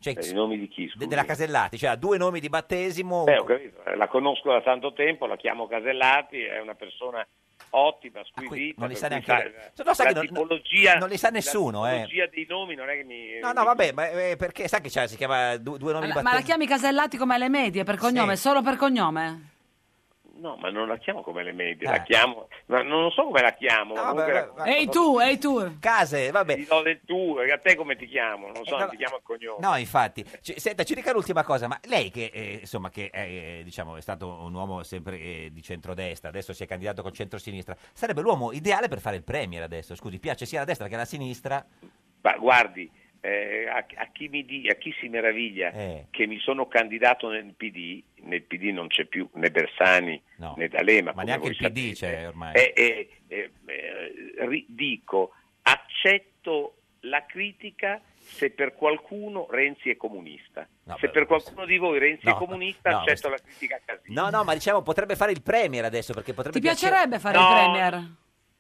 Cioè,
Eh, I nomi di chi?
de- della Casellati, cioè ha due nomi di battesimo.
Beh, ho capito, eh, la conosco da tanto tempo, la chiamo Casellati, è una persona ottima, squisita.
Ah, non li
per
sa
cui
neanche lei. Se no sa
la
che non-
tipologia,
non li sa nessuno,
La
eh.
tipologia dei nomi non è che mi...
No, no, vabbè, ma eh, perché sa che c'ha- si chiama du- due nomi di
Ma la
battesimo?
chiami Casellati come alle medie, per cognome, solo per cognome?
No, ma non la chiamo come le medie,
Eh.
la chiamo... ma non so come la chiamo. ma comunque la-
Ehi tu, ehi tu.
Ah, Case, vabbè.
Ti do del tu, a te come ti chiamo? Non so,
Eh, no,
ti chiamo il cognome.
No, infatti. Ci- senta, ci dica l'ultima cosa, ma lei che eh, insomma che è, eh, diciamo, è stato un uomo sempre eh, di centrodestra, adesso si è candidato con centrosinistra, sarebbe l'uomo ideale per fare il premier adesso. Scusi, piace sia la destra che la sinistra?
Ma guardi, eh, a, a chi mi di- a chi si meraviglia
Eh.
che mi sono candidato nel PD, nel PD non c'è più né Bersani né D'Alema.
Ma
come
neanche
voi
il PD c'è ormai.
sapete. Eh, eh, eh, eh, ri- dico, accetto la critica se per qualcuno Renzi è comunista. se
beh,
per qualcuno di voi Renzi
no,
è comunista,
no,
accetto
questo-
la critica a casino.
No, no, ma diciamo potrebbe fare il premier adesso perché potrebbe
Ti piacerebbe fare
No.
il premier?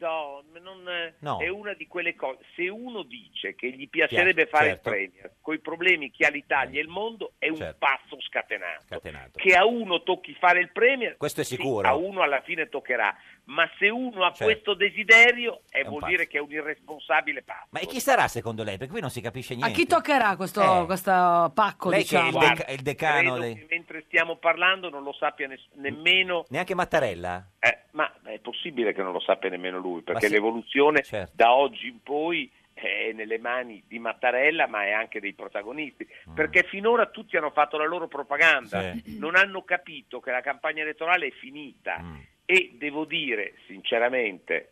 No, non, eh,
No.
è una di quelle cose. Se uno dice che gli piacerebbe
Chiaro,
fare
certo.
il Premier, con i problemi che ha l'Italia e il mondo, è un
Certo.
passo scatenato.
Scatenato.
Che a uno tocchi fare il Premier,
Esatto. Questo è
sì,
sicuro.
a uno alla fine toccherà. Ma se uno ha
Certo.
questo desiderio, eh,
È un
vuol
pazzo.
dire che è un irresponsabile pazzo.
Ma e chi sarà secondo lei? Perché qui non si capisce
A
niente.
chi toccherà questo,
Eh.
questo pacco,
Lei che è il eh,
diciamo?
deca- è il decano
Credo
dei-
che mentre stiamo parlando non lo sappia ness- nemmeno
Neanche Mattarella?
Eh, ma è possibile che non lo sappia nemmeno lui, perché
sì, Certo.
l'evoluzione da oggi in poi è nelle mani di Mattarella, ma è anche dei protagonisti, perché finora tutti hanno fatto la loro propaganda,
Mm. Sì.
non hanno capito che la campagna elettorale è finita
Mm.
e devo dire sinceramente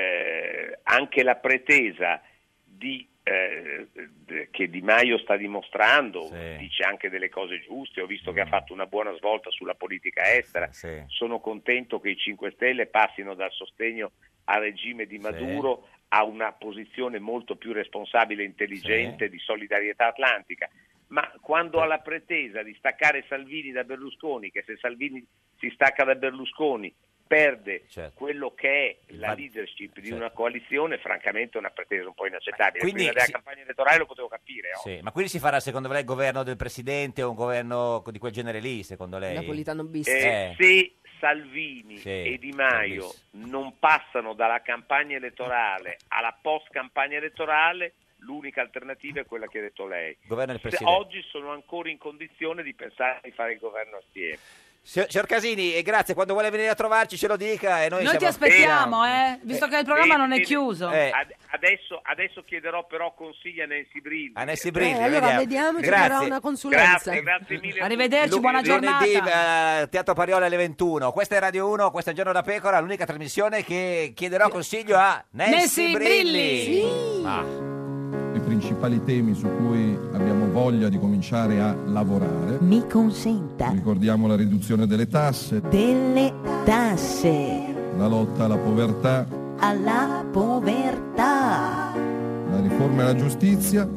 eh, anche la pretesa di, eh, d- che Di Maio sta dimostrando, dice anche delle cose giuste, ho visto che ha fatto una buona svolta sulla politica estera, sono contento che i 5 Stelle passino dal sostegno al regime di Maduro a una posizione molto più responsabile e intelligente di solidarietà atlantica. Ma quando ha la pretesa di staccare Salvini da Berlusconi, che se Salvini si stacca da Berlusconi perde
Certo.
quello che è la
Ma-
leadership di
certo.
una coalizione, francamente è una pretesa un po' inaccettabile.
Quindi
Prima della
si-
campagna elettorale lo potevo capire. oh.
Sì, ma quindi si farà secondo lei il governo del presidente o un governo di quel genere lì, secondo lei?
Napolitano bis.
Eh, Se Salvini
Sì,
e Di Maio non passano dalla campagna elettorale alla post campagna elettorale, l'unica alternativa è quella che ha detto lei.
Governo del
Se
presidente.
oggi sono ancora in condizione di pensare di fare il governo assieme.
Signor signor Casini, eh, grazie, quando vuole venire a trovarci ce lo dica e noi,
Noi
siamo-
ti aspettiamo, eh, visto che il programma
Bene,
non è
bene.
chiuso.
Eh.
Ad- adesso, adesso chiederò però consigli a Nancy Brilli.
A Nancy Brilli,
Eh, allora
vediamo.
vediamo, ci
Grazie.
darà una consulenza.
Grazie, grazie mille.
Arrivederci,
Lu-
buona giornata.
Lunedì, eh, Teatro Pariola alle 21. Questa è Radio 1, questa è Giorno da Pecora, l'unica trasmissione che chiederò consiglio a Nancy,
Nancy Brilli. Sì.
Ma-
i principali temi su cui abbiamo voglia di cominciare a lavorare. Mi consenta. Ricordiamo la riduzione delle tasse. Delle tasse. La lotta alla povertà,
alla povertà,
la riforma della giustizia.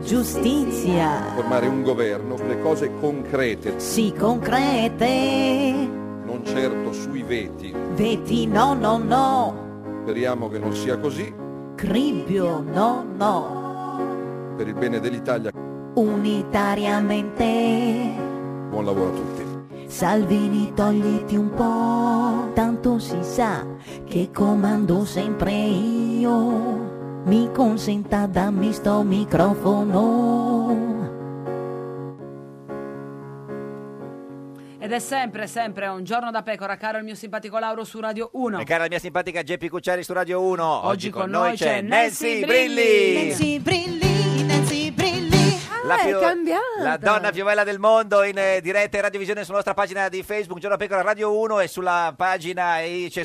giustizia,
Formare un governo sulle cose concrete,
sì concrete,
non certo sui veti.
veti no no no,
Speriamo che non sia così,
cribbio no no,
per il bene dell'Italia.
unitariamente.
Buon lavoro a tutti.
Salvini togliti un po', tanto si sa che comando sempre io. Mi consenta dammi sto microfono.
Ed è sempre, sempre un giorno da pecora, caro il mio simpatico Lauro su Radio 1.
E cara la mia simpatica Geppi Cucciari su Radio 1. Oggi,
con noi c'è Nancy
Brilli.
Nancy Brilli, Nancy Brilli. Ah,
la, più- la donna più bella del mondo in eh, diretta e radiovisione sulla nostra pagina di Facebook Giorno da Pecora Radio 1 e sulla pagina e cioè,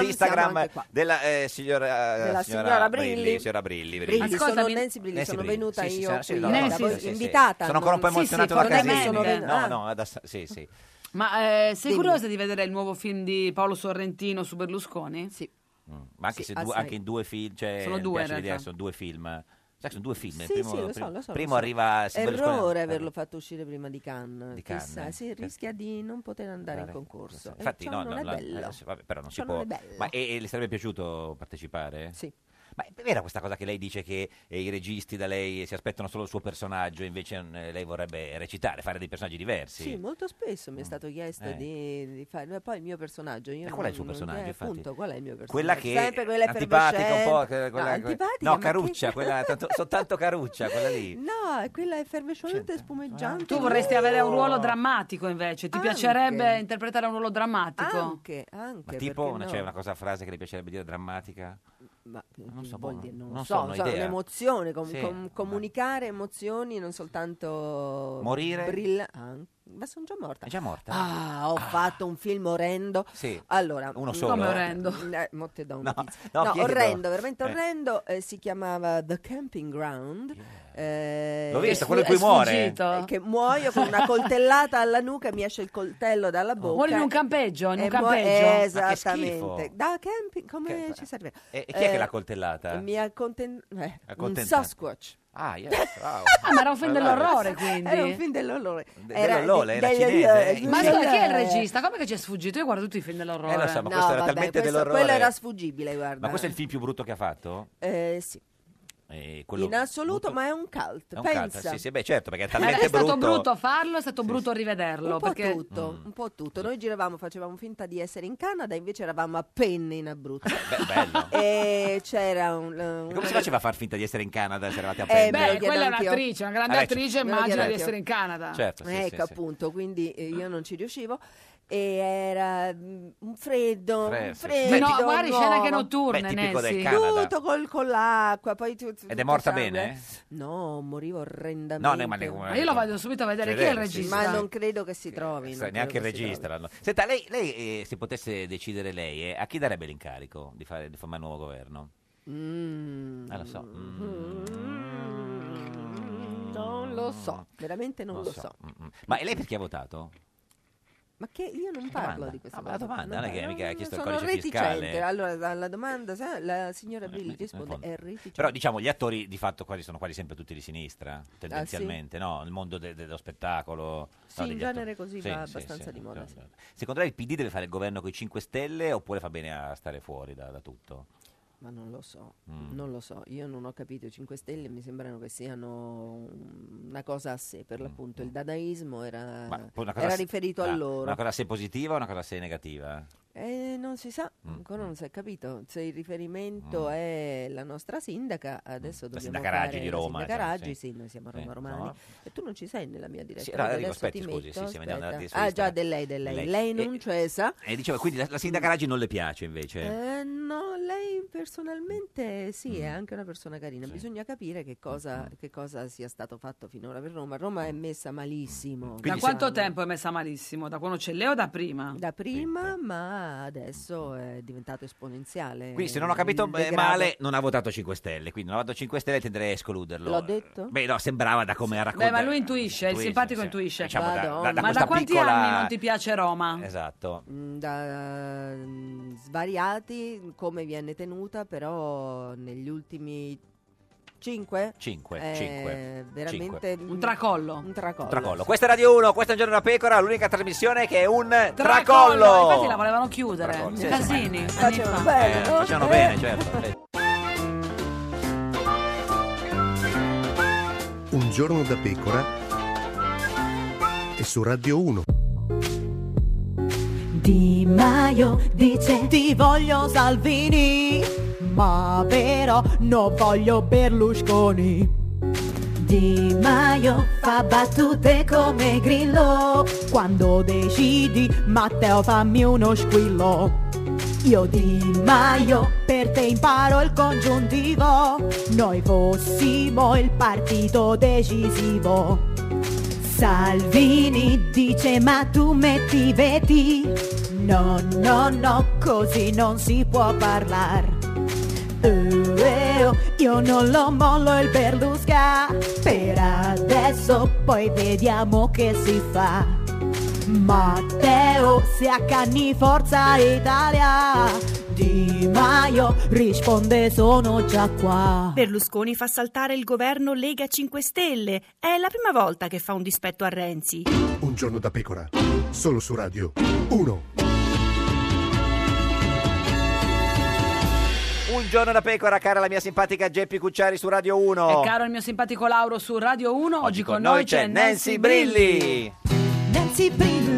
Instagram, siamo
Instagram
anche qua.
della, eh, signora,
Della
signora
signora
Brilli,
Brilli.
signora Brilli, Brilli.
Brilli, sono
Ascoltami.
Nancy Brilli,
Nancy
sono
Brilli.
venuta
Sì, sì,
io
sì, sì,
qui
no,
da
no,
voi
sì, sì, sì.
invitata.
Sono ancora un po'
non- sì,
emozionato da
sì,
Casini.
sono venuta-
No,
ah.
no, adesso- sì, sì.
Ma eh, sei
Dimmi.
curiosa di vedere il nuovo film di Paolo Sorrentino su Berlusconi?
Sì.
Mm, Ma anche,
Sì,
se due-
assai.
anche in due film, cioè,
Sono
mi
due,
piace
in
l'idea,
realtà.
sono due film. Sai che sono due film. il
Sì,
primo,
sì, lo
primo-
so, lo so.
primo
lo so.
arriva Silvio Berlusconi-
Errore averlo fatto uscire prima di Cannes.
Di
chissà,
Cannes, certo.
sì,
per-
rischia di non poter andare in concorso. E
Infatti,
ciò
no,
non
no,
è
la-
bello.
eh, sì, vabbè, però non
Ciò
si può.
non è bello.
Ma e, e le sarebbe piaciuto partecipare?
Sì.
Ma è vera questa cosa che lei dice che eh, i registi da lei si aspettano solo il suo personaggio, invece eh, lei vorrebbe recitare, fare dei personaggi diversi?
Sì, molto spesso mi è stato chiesto
Eh.
di, di fare. ma Poi il mio personaggio. Io
E qual è il suo
non- non-
personaggio,
eh,
infatti?
appunto, qual è il mio personaggio?
Quella che
Sempre quella
antipatica un po',
effervescente.
che- quella-
no,
que-
antipatica,
no,
ma che-
caruccia, quella tanto, soltanto caruccia, quella lì.
No, è quella effervescente e
Ah,
spumeggiante.
Tu vorresti avere un ruolo
drammatico.
drammatico invece, ti
Anche.
piacerebbe interpretare un ruolo drammatico?
Anche, anche.
Ma tipo
perché
una,
no?
c'è una cosa frase che le piacerebbe dire drammatica?
Ma
non so,
vuol
boh,
dire, non,
non so,
so,
non ho
so,
idea.
un'emozione, com-
Sì.
com- comunicare emozioni, non soltanto
Morire?
brilla- ah, ma sono già morta.
È già morta?
Ah, ho fatto un film orrendo.
Sì.
Allora,
Uno
mm,
solo, Come eh? orrendo?
Eh, mo te do un
No,
pizzo.
no,
No,
chiedo.
orrendo, veramente
Eh.
orrendo. eh, si chiamava The Camping Ground. eh,
L'ho visto,
è
quello in
fu-
cui
è
muore.
sfuggito. Eh, Che muoio con una coltellata alla nuca, mi esce il coltello dalla bocca.
Muore in un campeggio, in un
E muo-
campeggio.
eh,
Ma che schifo.
Esattamente. Da camping, come ci serve?
E, e chi è che
Eh,
l'ha coltellata?
mi acconten- eh, un
Accontenta.
Sasquatch.
Ah, yes, wow.
Ah, ma era un film
Allora,
dell'orrore, quindi.
Era un film dell'orrore.
De- dell'orrore, era cinese, eh,
Ma
in
scusa,
Cina.
chi è il regista? Come che ci è sfuggito? Io guardo tutti i film dell'orrore.
Eh, lo so, ma questo era
vabbè,
talmente
questo-
dell'orrore.
quello era sfuggibile, guarda.
Ma questo è il film più brutto che ha fatto?
Eh, sì.
Eh, quello-
In assoluto, ma è un cult.
è un
pensa. Eh,
cazzo. Sì, sì, beh, certo, perché è
Ma
talmente
è stato brutto,
brutto. Mm.
farlo, è stato brutto rivederlo.
Un po'
perché...
tutto, un po' tutto. Noi giravamo, facevamo finta di essere in Canada, invece eravamo a penne in Abruzzo. e c'era un,
E
una
Come si faceva a far finta di essere in Canada se eravate a
Eh,
Penne?
me lo chiedo
quella
anch'io. Eh,
è
ecco,
un'attrice, una grande
Vabbè,
attrice,
me lo
immagina
chiedo
di
anch'io.
essere in Canada.
Certo, sì,
ecco
sì, sì.
appunto, quindi eh, io non ci riuscivo. E era mm, un freddo,
Fre-
un
sì, sì.
freddo.
No, guardi,
nuovo.
scene anche notturne, Beh,
tipico del Nancy. Canada.
Tutto col- con l'acqua, poi tu- tu-
Ed è
tutto
morta
sangue.
bene? eh?
No, morivo orrendamente.
No, no, ma ne-
Ma io lo voglio subito a vedere chi è il
Vedere, sì,
regista.
sì.
Ma non credo che si trovi. non
Sai, neanche il
credo che si
regista. l'hanno- Senta, lei, lei, eh, se potesse decidere lei, eh, a chi darebbe l'incarico di, fare, di formare un nuovo governo?
trovi. Mm.
Ah, lo so. mm,
Non lo so, veramente non,
non
lo so.
so, mm, mm. Ma e lei perché ha votato?
Ma che io non parlo di questa
Ah, ma la
cosa.
domanda, non è che mica ha chiesto il
sono
codice
reticente.
fiscale.
Allora, alla domanda, sa, la signora Brilli risponde:
fondo.
è reticente.
Però diciamo gli attori di fatto quasi sono quasi sempre tutti di sinistra, tendenzialmente,
Ah, sì?
no? Il mondo de- dello spettacolo.
Sì,
no,
in
degli
genere
attori.
così
Sì,
va
sì,
abbastanza
sì. certo,
di moda. sì.
Secondo lei il PD deve fare il governo con i 5 Stelle oppure fa bene a stare fuori da, da tutto?
Ma non lo so,
Mm.
non lo so. Io non ho capito. I 5 Stelle mi sembrano che siano mm, una cosa a sé, per l'appunto. Il dadaismo era,
mm. Ma poi una cosa
Ah, era
se-
riferito
ah,
a loro.
Una cosa se positiva o una cosa se negativa?
Eh, non si sa,
Mm.
ancora non si è capito. Se il riferimento è la nostra sindaca, adesso dobbiamo
Mm. sindaca
fare
Raggi di
la
Roma,
sindaca
cioè,
Raggi,
sì.
sì, noi siamo
Sì,
Roma Romani.
no.
E tu non ci sei nella mia diretta.
Sì, no,
quindi
arrivo,
adesso
aspetti,
ti
scusi, sì,
metto,
sì, andiamo
aspetta.
alla diretta
Ah, già,
sull'Instagram.
di lei, di lei.
Lei.
Lei non
E-
c'è, sa?
E diceva, quindi la, la sindaca Raggi non le piace invece?
Mm. Eh, no, lei personalmente sì,
Mm.
è anche una persona carina. Bisogna capire che cosa, che cosa sia stato fatto finora per Roma. Roma è messa malissimo.
da
diciamo.
quanto tempo è messa malissimo? Da quando c'è Leo o da prima?
Da prima, ma adesso è diventato esponenziale.
Quindi se non ho capito
il
eh,
degrado.
male non ha votato 5 Stelle, quindi non ha votato 5 Stelle tenderei a escluderlo.
L'ho detto?
Beh no, sembrava da come ha
Beh,
raccontato.
ma lui intuisce, il
Intuisce,
simpatico
sì.
intuisce.
Diciamo da- da- da
Madonna. ma da
questa
quanti
piccola-
anni non ti piace Roma?
Esatto.
Mm, da mm, svariati come viene tenuta però negli ultimi 5
Cinque, cinque,
veramente
Un tracollo.
un tracollo,
Un tracollo. Questa è Radio 1, questa è un giorno da pecora, l'unica trasmissione che è un tracollo.
Infatti la volevano chiudere.
Tracollo, sì,
Casini. anni
Facevano
fa.
Eh, facevano bene, certo.
Un giorno da pecora e su Radio 1.
Di Maio dice ti voglio Salvini, ma però non voglio Berlusconi. Di Maio fa battute come Grillo, quando decidi Matteo fammi uno squillo. Io Di Maio per te imparo il congiuntivo, noi fossimo il partito decisivo. Salvini dice ma tu metti veti No, no, no, così non si può parlare oh, Io non lo mollo il Berlusca Per adesso poi vediamo che si fa Matteo si accanni Forza Italia Di Maio risponde sono già qua.
Berlusconi fa saltare il governo Lega 5 Stelle. È la prima volta che fa un dispetto a Renzi.
Un giorno da pecora, solo su Radio 1.
Un giorno da pecora, cara la mia simpatica Geppi Cucciari su Radio 1.
E caro il mio simpatico Lauro su Radio 1, oggi, con noi, c'è Nancy Brilli.
Nancy Brilli,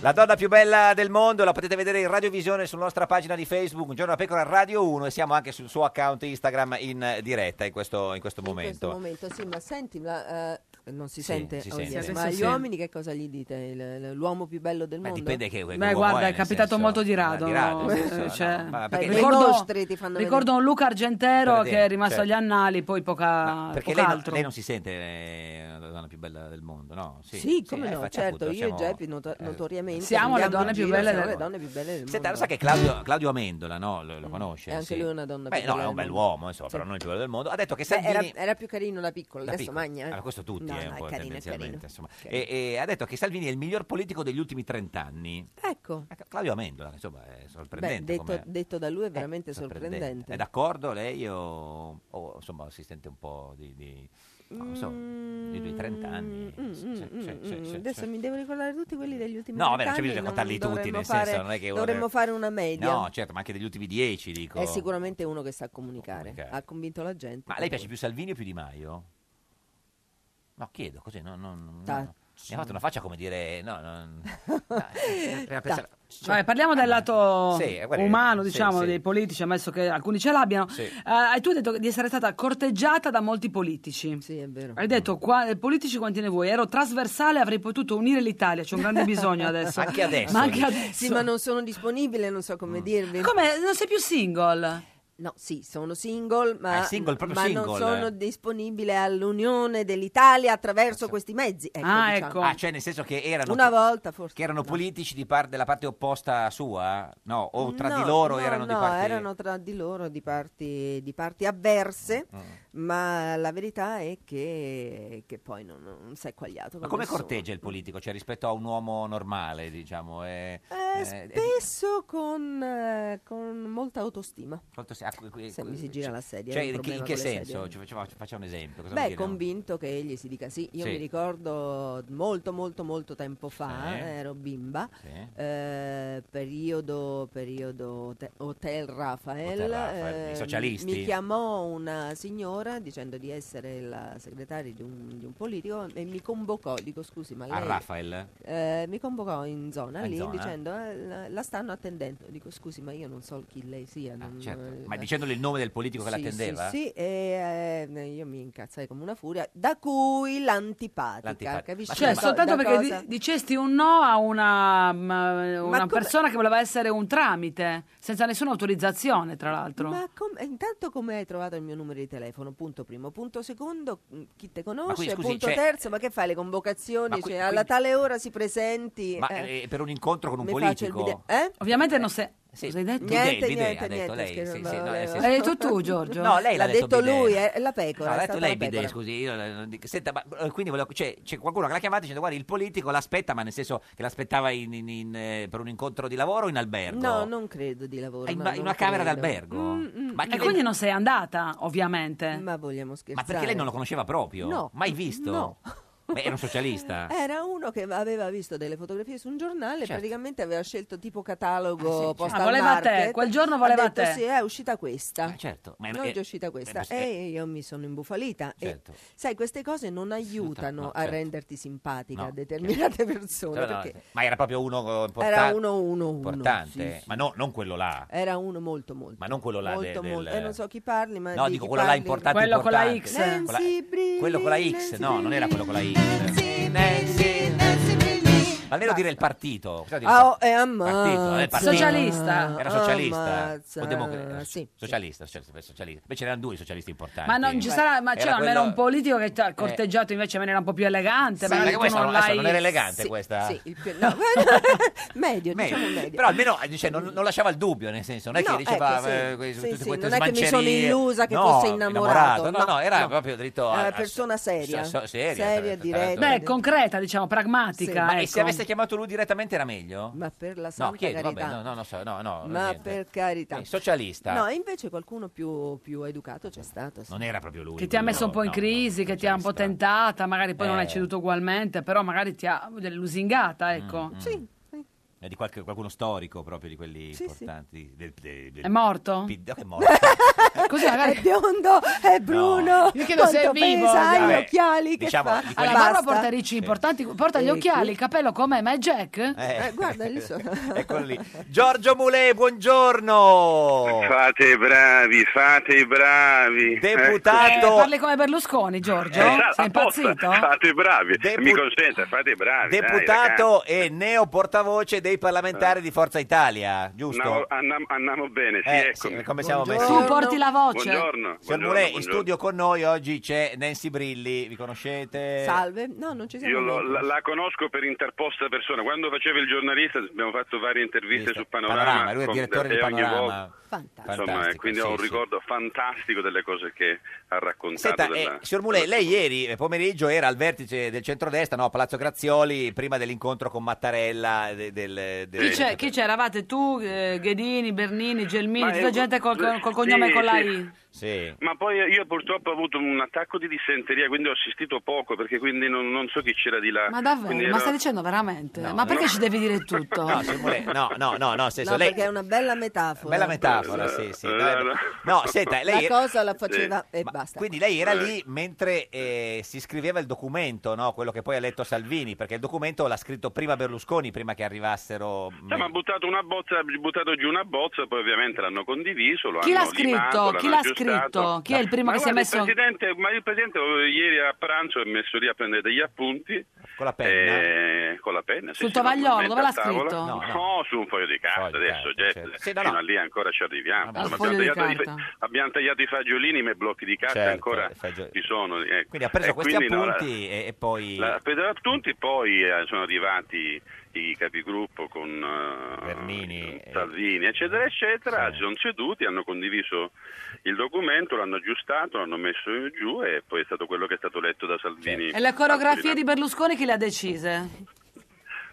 La donna più bella del mondo, la potete vedere in radiovisione sulla nostra pagina di Facebook, Un giorno da pecora Radio 1 e siamo anche sul suo account Instagram in eh, diretta in questo, in
questo
questo momento.
momento, sì, ma senti, ma, eh, non si
Sì,
sente,
si
ovviamente,
sente.
ma
Sì, sì,
agli
sì.
uomini che cosa gli dite? Il- L'uomo più bello del mondo?
dipende che- che
Beh, guarda, è capitato molto di rado.
di rado, nel
eh,
senso,
cioè,
no, ma
eh,
perché-
Le
ricordo,
nostre ti fanno
ricordo un Luca Argentero
Per
che
dire,
è rimasto agli
certo.
annali, poi poca,
Perché
poco
lei, non-
altro.
lei non si sente eh, la donna più bella del mondo, no? Sì,
Sì, come
eh,
no,
infatti,
certo,
appunto,
io e
siamo- eh,
Geppi noto- notoriamente
Siamo le
andiamo
donne
in
più
giro,
belle
siamo
del
le donne più belle del
Senta, lo
mondo.
sa che Claudio, Claudio Amendola, no? Lo, lo conosce?
E anche
sì.
lui è una donna
Beh,
più
no, è
bella
un
del
bel
mondo.
uomo, insomma, però non il più bello del mondo. Ha detto che
Beh, era,
Salvini...
era più carino la piccola,
La
adesso
piccola.
magna. eh.
Allora, questo tutti,
No,
eh,
no, è
un po'
carino, è
tendenzialmente,
carino.
insomma. E, e ha detto che Salvini è il miglior politico degli ultimi trent'anni. Eh,
Ecco,
Claudio Amendola, insomma, è sorprendente.
beh, detto,
come-
detto da lui è veramente
sorprendente.
sorprendente.
È d'accordo lei o, o, insomma, si sente un po' di... di non so, di due trent'anni?
Mm, mm,
Sì,
mm,
sì,
mm,
sì,
mm.
sì,
Adesso
sì.
mi devo ricordare tutti quelli degli ultimi
No, vabbè, non c'è
vent'anni,
bisogno di
non
raccontarli tutti,
dovremmo
nel
fare-
senso, non è che uno
dovremmo
deve-
fare una media.
No, certo, ma anche degli ultimi dieci, dico.
È sicuramente uno che sa comunicare.
Comunicare.
Ha convinto la gente.
Ma a lei piace più Salvini o più Di Maio? No, chiedo così, no, no, no, no.
Taccio.
Mi ha fatto una faccia come dire... No, no,
Cioè,
Cioè,
Vabbè,
ecco,
parliamo del lato
cioè, Sì, eh, guarda,
umano,
sì,
diciamo,
sì.
dei politici, ammesso che alcuni ce l'abbiano.
Sì.
Eh, tu hai detto di essere stata corteggiata da molti politici.
Sì, è vero.
Hai detto, qua- eh, politici quanti ne vuoi? Ero trasversale, avrei potuto unire l'Italia, c'è un grande bisogno adesso.
Anche adesso. Mm.
Ma anche adesso.
Sì, ma non sono disponibile, non so come dirvi.
Come? Non sei più single?
No, sì, sono single, ma,
Ah, è single, proprio
ma non
single,
sono
eh.
disponibile all'Unione dell'Italia attraverso questi mezzi. Ecco, diciamo.
Ah, cioè nel senso che erano...
Una volta forse.
Che erano
no.
politici di par- della parte opposta sua? No, o tra di
No,
loro
no,
erano di
no,
parte...
erano tra di loro di parti, di parti avverse,
Mm.
ma la verità è che, che poi non, non si è quagliato.
Ma
con
come
nessuno.
corteggia il politico? Cioè rispetto a un uomo normale, diciamo? È,
Eh,
è- è-
spesso con, eh, con molta autostima.
quanto si- ah, qui- qui-
Se mi si gira la sedia,
Cioè,
è un
che- in
problema
che
con le
senso?
sedie.
Ci facciamo, ci facciamo un esempio. cosa vuol
Beh,
dire?
convinto che egli si dica sì. Io
Sì.
mi ricordo molto, molto, molto tempo fa,
Sì.
ero bimba,
Sì.
eh, periodo, periodo te- Hotel Rafael.
Hotel Rafael, i
mi-
socialisti.
Mi chiamò una signora dicendo di essere la segretaria di un, di un politico e mi convocò, dico scusi, ma
A
lei...
Rafael?
eh, mi convocò in zona
In
lì
zona?
dicendo "Eh, la, la stanno attendendo dico scusi ma io non so chi lei sia non-
Certo. Ma
eh,
dicendole il nome del politico che
sì,
l'attendeva?
Sì, sì, e eh, io mi incazzai come una furia, da cui l'antipatica,
L'antipatica.
capisci?
Cioè,
Da-
soltanto
da
perché
cosa?
di- dicesti un no a una, ma- una
come-
persona che voleva essere un tramite, senza nessuna autorizzazione, tra l'altro.
Ma com- eh, intanto come hai trovato il mio numero di telefono? Punto primo. Punto secondo, mh, chi te conosce?
quindi, scusi,
punto
c'è-
terzo, ma che fai le convocazioni?
Ma qui-
Cioè, alla
quindi-
tale ora si presenti?
Ma
eh,
eh, per un incontro con un
mi faccio il
politico?
bidet- eh?
Ovviamente non sei... Cosa hai detto?
Bidet,
Niente,
bidet,
niente,
ha detto
niente,
lei,
scherzo,
sì, sì, no,
volevo-
nel senso-
Hai detto tu, Giorgio?
No, lei l'ha
L'ha detto
bidet.
lui, è la pecora,
No,
è
l'ha detto
stata
lei
la
bidet,
pecora.
scusi. Io, eh, non dico- senta, ma eh, quindi volevo- cioè, c'è qualcuno che l'ha chiamata dicendo guarda il politico l'aspetta, ma nel senso che l'aspettava in- in- in, eh, per un incontro di lavoro o in albergo?
No, non credo di lavoro.
Ah, in,
no,
ma- in
non
una camera
credo.
d'albergo? Ma, chi
E
le-
quindi non sei andata, ovviamente.
mm, Ma vogliamo
ma
scherzare.
perché lei non lo conosceva proprio?
No.
Mai visto?
Mm, No. Eh,
Beh, era un socialista.
Era uno che aveva visto delle fotografie su un giornale,
Ah. Certo.
praticamente aveva scelto tipo catalogo
certo.
postal
Ah, voleva te,
market.
quel giorno voleva
ha detto,
te.
Sì, è uscita questa.
certo, ma-
Oggi
eh,
è uscita questa.
eh,
e io mi sono imbufalita. E,
Certo.
sai, queste cose non aiutano
no,
a
certo.
renderti simpatica
No,
a determinate persone.
No, no,
perché
Cioè, ma era proprio uno importante.
Era uno, uno, uno,
Importante,
sì, sì.
ma no, non quello là.
Era uno molto, molto.
Ma non quello là
molto,
de- del...
molto. E non so chi parli, ma
No,
di
dico
chi
quello là
parli-
importante. importante. Quella- quello con la X, no, non era quello con la X. Ma almeno dire il partito. Cosa dire?
Ah, oh, e
Partito, eh,
ammazza.
partito.
Socialista.
Era socialista.
Ammazza.
O democratico.
Sì.
Socialista, socialista, socialista. Invece erano due i socialisti importanti.
Ma non ci sarà, ma c'era
eh? Era
almeno
quello- Eh.
un politico che ti ha corteggiato invece in maniera un po' più elegante. magari
perché
tu
questa
non
non- adesso
l'hai-
non era elegante
Sì.
questa.
Sì, il più- no, medio,
Meglio.
diciamo medio.
Però almeno eh, dice, non, non lasciava il dubbio, nel senso, non è
No,
che diceva
ecco, sì.
eh, que-
Sì,
tutte
sì,
queste
non è che mi sono
smancerie.
illusa che
No,
fosse
innamorato.
innamorato.
No, no, era
No.
proprio dritto
Era
a-
una
a-
persona seria.
so- seria,
Seria,
tra- tra-
diretta.
Beh, concreta, diciamo, pragmatica.
Ma e
ecco.
se avesse avesse chiamato lui direttamente era meglio?
Ma per la
No,
santa
chiedi, vabbè,
carità.
no, no, no, so- no, no,
Ma
niente.
per carità.
Eh, socialista.
No, e invece qualcuno più, più educato c'è stato. sì.
Non era proprio lui.
Che ti ha messo un po' in crisi, che ti ha un po' tentata, magari poi non hai
Eh. Mm,
ceduto ugualmente, però magari ti ha voglio dire, lusingata, ecco.
Sì.
È di qualche- qualcuno storico proprio di quelli
Sì, sì.
importanti. del- del- del-
È morto?
P- no, è morto.
Eh, Così magari...
È biondo, è bruno.
Io chiedo se è
quanto
vivo.
pesa, ha gli
Vabbè,
occhiali, che
diciamo,
fa?
di quelli-
Allora, Barbara
Basta.
porta ricci importanti, porta gli
Ecco.
occhiali, il capello com'è, ma è Jack?
Eh. Eh, guarda,
lì sono.
Eccolo lì. Giorgio Mulè, buongiorno.
Fate i bravi, fate i bravi.
Eh,
Deputato.
parli come Berlusconi, Giorgio?
Eh,
Sei impazzito?
Eh, Fate i bravi. Mi consente, fate i bravi. dai,
Deputato e neo portavoce dei parlamentari di Forza Italia, giusto?
Andiamo, andiamo- andiamo bene, sì,
Eh,
eccomi.
sì, come siamo messi?
Tu porti la voce.
Buongiorno.
Signor
buongiorno,
Mulè, in
buongiorno.
studio con noi oggi c'è Nancy Brilli, vi conoscete?
Salve. No, non ci siamo.
Io lo-
noi.
la, la conosco per interposta persona. Quando facevo il giornalista abbiamo fatto varie interviste su Panorama.
Panorama, lui è
con-
direttore di
e ogni
Panorama.
volta- Insomma, eh, quindi ho un
sì, sì.
ricordo fantastico delle cose che ha raccontato.
Senta,
della-
eh, signor Mulè, lei ieri eh, pomeriggio era al vertice del centrodestra, no, a Palazzo Grazioli, prima dell'incontro con Mattarella. eh, de- del,
Chi,
del-
c'è- chi c'eravate tu, eh, Ghedini, Bernini, Gelmini,
Ma
tutta
io-
gente col, col- col
Sì,
cognome con la
sì.
I?
Sì.
Ma poi io purtroppo ho avuto un attacco di dissenteria, quindi ho assistito poco, perché quindi non, non so chi c'era di là.
Ma davvero?
Quindi
Ma
ero-
stai dicendo veramente?
No,
ma perché
no.
ci devi dire tutto?
No, signor Mulè, Ah, no, no, no, no, nel senso,
No,
lei...
perché è una bella metafora.
Bella metafora, sì, sì.
Eh,
dai,
no.
No, senta, lei...
La cosa la faceva e
Ma
basta.
Quindi lei era
Eh.
lì mentre eh, si scriveva il documento, no? quello che poi ha letto Salvini, perché il documento l'ha scritto prima Berlusconi, prima che arrivassero...
Sì, ma ha buttato, una bozza, ha buttato giù una bozza, poi ovviamente l'hanno condiviso. Lo
Chi l'ha
hanno
scritto?
limato,
Chi
l'hanno
l'ha
aggiustato.
scritto? Chi è il primo
Ma
che si è
guarda,
messo?
il presidente, ma il presidente eh, ieri a pranzo è messo lì a prendere degli appunti.
Con la
penna? con la penna, sì,
Sul
sì,
tovagliolo,
naturalmente
dove l'ha
a tavola.
scritto? No,
No, su un foglio di carta adesso, gente.
certo. no,
fino
no.
a lì ancora ci arriviamo.
Vabbè,
Insomma,
al foglio
abbiamo,
di
tagliato i, abbiamo tagliato i fagiolini, ma i blocchi di carta
Certo,
ancora
i fagioli-
ci sono. ecco.
Quindi ha preso
E
questi
quindi, no, la-
appunti e, e poi...
la, per gli appunti poi eh, sono arrivati i capigruppo con eh, Salvini, eccetera, eccetera, si sono seduti, hanno condiviso il documento, l'hanno aggiustato, l'hanno messo giù e poi è stato quello che è stato letto da Salvini.
E le coreografie di Berlusconi chi le ha decise?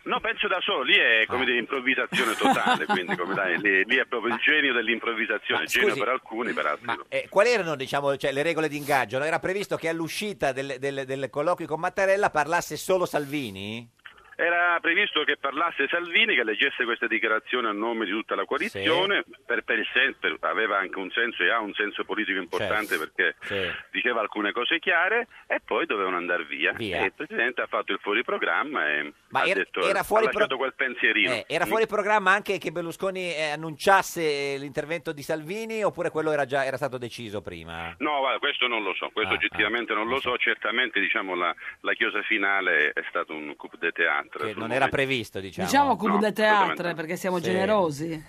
No, penso da solo, lì è come dire improvvisazione totale, quindi come dai, lì, lì è proprio il genio dell'improvvisazione, genio
scusi,
per alcuni, per altri. no.
Eh, quali erano diciamo, cioè, le regole di ingaggio? No, Era previsto che all'uscita del, del- del colloquio con Mattarella parlasse solo Salvini?
Era previsto che parlasse Salvini, che leggesse questa dichiarazione a nome di tutta la coalizione, per, per il sen- per- aveva anche un senso e ha un senso politico importante
Certo.
perché diceva alcune cose chiare e poi dovevano andare via. E il Presidente ha fatto il fuori programma e
Ma
ha,
era-
detto,
era
ha
fuori pro-
lasciato quel pensierino.
Eh, era
Mm.
fuori programma anche che Berlusconi eh, annunciasse l'intervento di Salvini oppure quello era già era stato deciso prima?
No, guarda, questo non lo so,
Ah,
questo oggettivamente non lo so, certamente diciamo, la, la chiusa finale è stato un coup de théâtre.
Che
sul
non era
momento.
previsto, diciamo.
Diciamo Cubo
No,
de
assolutamente
Teatre,
no.
perché siamo
Sì.
generosi.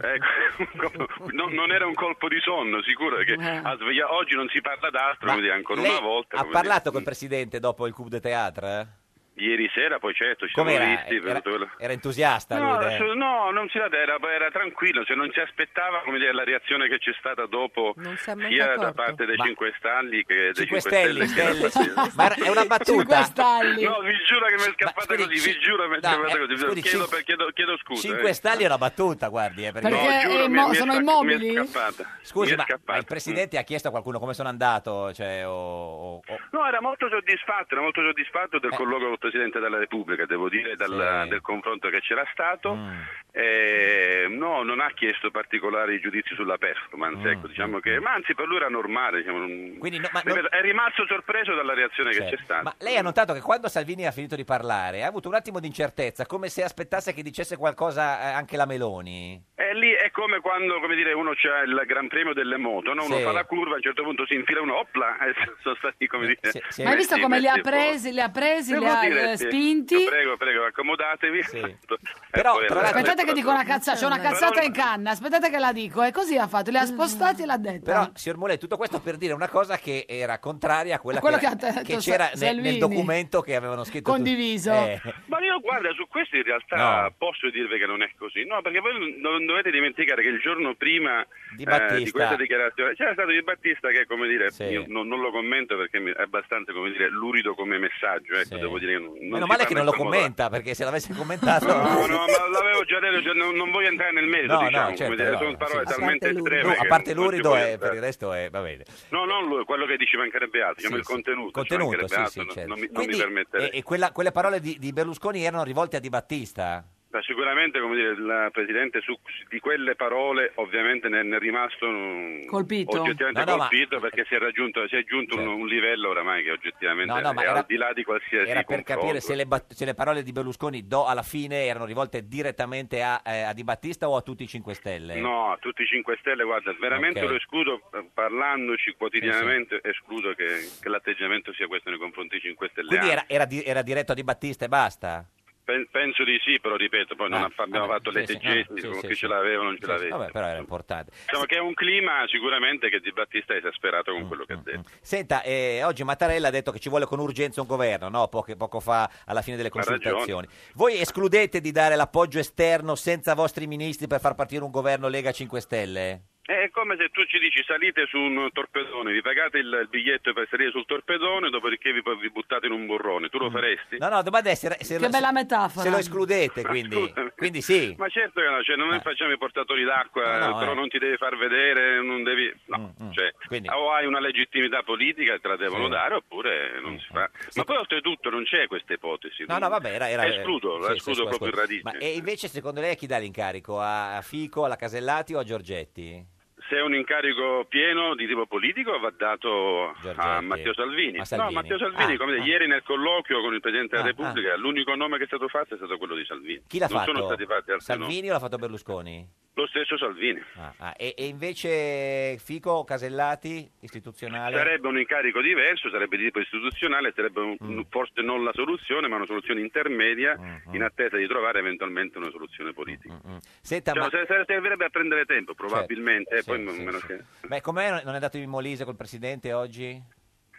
Ecco, non, non era un colpo di sonno, sicuro, che ha svegliato- oggi non si parla d'altro,
Eh. Ma
quindi ancora
lei
una volta.
Ha
come
parlato col presidente dopo il coup de théâtre?
dire, ieri sera poi certo ci siamo
Com'era?
visti. per
Era,
tutto quello-
era entusiasta
No,
lui? eh?
assolut- no, non si era, era tranquillo, cioè non si aspettava come dire, la reazione che c'è stata dopo sia
è mai
da
accorto.
parte dei
Ma-
5 Stelle che dei 5
Cinque stelle,
Stelle. che era
stelle.
pazzesco.
Ma è una battuta.
No, vi giuro che mi è scappata così, vi giuro che mi è
no,
scappata
eh,
così.
scusi,
chiedo,
cinque-
chiedo- chiedo scusa.
5
eh.
Stelle è una battuta, guardi. eh, perché
No, giuro, mi- mi è scapp- Mi è scappata.
Scusi,
mi è
ma,
scappata.
ma il presidente ha chiesto a qualcuno come sono andato? Cioè, o- o- o-
No, era molto soddisfatto, era molto soddisfatto
Eh.
del colloquio col Presidente della Repubblica, devo dire, dal, del confronto che c'era stato.
Mm.
Eh, no, non ha chiesto particolari giudizi sulla performance,
Mm.
ecco, diciamo che, ma anzi per lui era normale. diciamo, non- Ripeto, È rimasto sorpreso dalla reazione che c'è stata.
Ma lei ha notato che quando Salvini ha finito di parlare ha avuto un attimo di incertezza, come se aspettasse che dicesse qualcosa eh, anche la Meloni.
E lì è come quando come dire, uno c'ha il gran premio delle moto, no? uno
Sì.
fa la curva, a un certo punto si infila uno, opla, e sono stati come
Eh,
dire...
Ma hai visto
messi-
come li ha
messi fuori.
presi, li ha presi, li
Devo
ha
dire,
eh,
sì.
spinti?
Prego, prego, accomodatevi.
Però,
Aspettate che dico una cazzata, c'è una
Però-
cazzata in canna, aspettate che la dico. E così ha fatto, li ha spostati e l'ha detta.
Mm. Però, signor Molè, tutto questo per dire una cosa che era contraria a quella
Quello
che,
che ha detto
che c'era
Sa-
nel,
Salvini.
nel documento che avevano scritto. tutti.
Condiviso.
Eh.
Ma io io guarda, su questo in realtà posso dirvi che non è così. No, perché voi non dovete dimenticare che il giorno prima
Di
eh,
Battista.
questa dichiarazione c'era stato Di Battista che, come dire, io non, non lo commento perché mi- è abbastanza, come dire, lurido come messaggio. Ecco, devo dire che non, non
Meno
si
male che
parla
non lo
in quel modo là.
commenta, perché se l'avesse commentato...
No, no, ma l'avevo già detto, cioè, non, non voglio entrare nel merito,
No, no,
diciamo,
certo,
come dire,
no,
sono parole
sì.
talmente estreme.
Lu- a
che
parte
non ci
l'urido,
voglio
è-
entrare.
per il resto è... va bene.
No, non lui, quello che dici mancherebbe altro, diciamo
Sì,
il
sì.
contenuto, ci
Contenuto,
mancherebbe
sì,
altro,
sì,
non-
certo.
non, mi- non
Quindi,
mi permetterei.
E, e quella- quelle parole di, di Berlusconi erano rivolte a Di Battista?
Ma sicuramente, come dire, il Presidente su, di quelle parole ovviamente ne ne è rimasto mm,
Colpito?
oggettivamente
No, no, ma- Certo.
colpito perché si è, raggiunto, si è giunto un, un livello oramai che oggettivamente
No, no, ma
è
era-
al di là di qualsiasi
Era per
confronto.
capire se le, bat- se le parole di Berlusconi do alla fine erano rivolte direttamente a, eh, a Di Battista o a tutti i 5 Stelle?
No, tutti i 5 Stelle, guarda, veramente
Ok.
lo escludo, eh, parlandoci quotidianamente, escludo che, che l'atteggiamento sia questo nei confronti dei 5 Stelle.
Quindi era,
Anzi,
era di- era diretto a Di Battista e basta?
pen- penso di sì, però ripeto, poi non
Ah,
aff- abbiamo
vabbè,
fatto
sì,
le
sì,
teggeste,
no, sì,
con
sì,
chi
sì.
ce l'aveva o non ce
Sì, sì,
l'aveva.
vabbè, però era importante.
Diciamo che è un clima sicuramente che Di Battista è esasperato
Mm,
con quello che ha detto.
Senta, eh, oggi Mattarella ha detto che ci vuole con urgenza un governo, no? Poche- poco fa, alla fine delle
Ha ragione.
consultazioni. Voi escludete di dare l'appoggio esterno senza vostri ministri per far partire un governo Lega 5 Stelle?
È come se tu ci dici salite su un torpedone, vi pagate il, il biglietto per salire sul torpedone, dopodiché vi, vi buttate in un burrone. Tu
Mm.
lo faresti?
No, no, domanda è se, se
Che
lo,
bella metafora.
se lo escludete, quindi, quindi sì.
Ma certo che no, cioè, non facciamo i portatori d'acqua,
Eh. No, no,
però
eh. Mm,
non ti devi far vedere, non devi... No, cioè, o hai una legittimità politica e te la devono
Sì. Mm,
dare oppure non si fa. Ma poi oltretutto non c'è questa ipotesi.
No, no, vabbè, era... era
escludo, la
sì, sì,
escludo
scusa,
proprio in
scusa.
radice.
Ma e invece secondo lei a chi dà l'incarico? A a Fico, alla Casellati o a Giorgetti?
Se è un incarico pieno di tipo politico va dato a Matteo Salvini.
A Salvini.
No, Matteo Salvini,
Ah,
come dire,
ah.
ieri nel colloquio con il Presidente della
Ah,
Repubblica, l'unico nome che è stato fatto è stato quello di Salvini.
Chi l'ha
non
fatto?
sono stati fatti altri nomi.
Salvini o l'ha fatto Berlusconi?
Lo stesso Salvini.
Ah, e, e invece Fico, Casellati, istituzionale?
Sarebbe un incarico diverso, sarebbe di tipo istituzionale, sarebbe un-
Mm.
forse non la soluzione, ma una soluzione intermedia in attesa di trovare eventualmente una soluzione politica.
Mm, Senta,
Cioè,
ma... Certo.
se- se- Servirebbe a prendere tempo, probabilmente, e poi meno che-
Beh, com'è non è andato in Molise col presidente oggi?
Eh,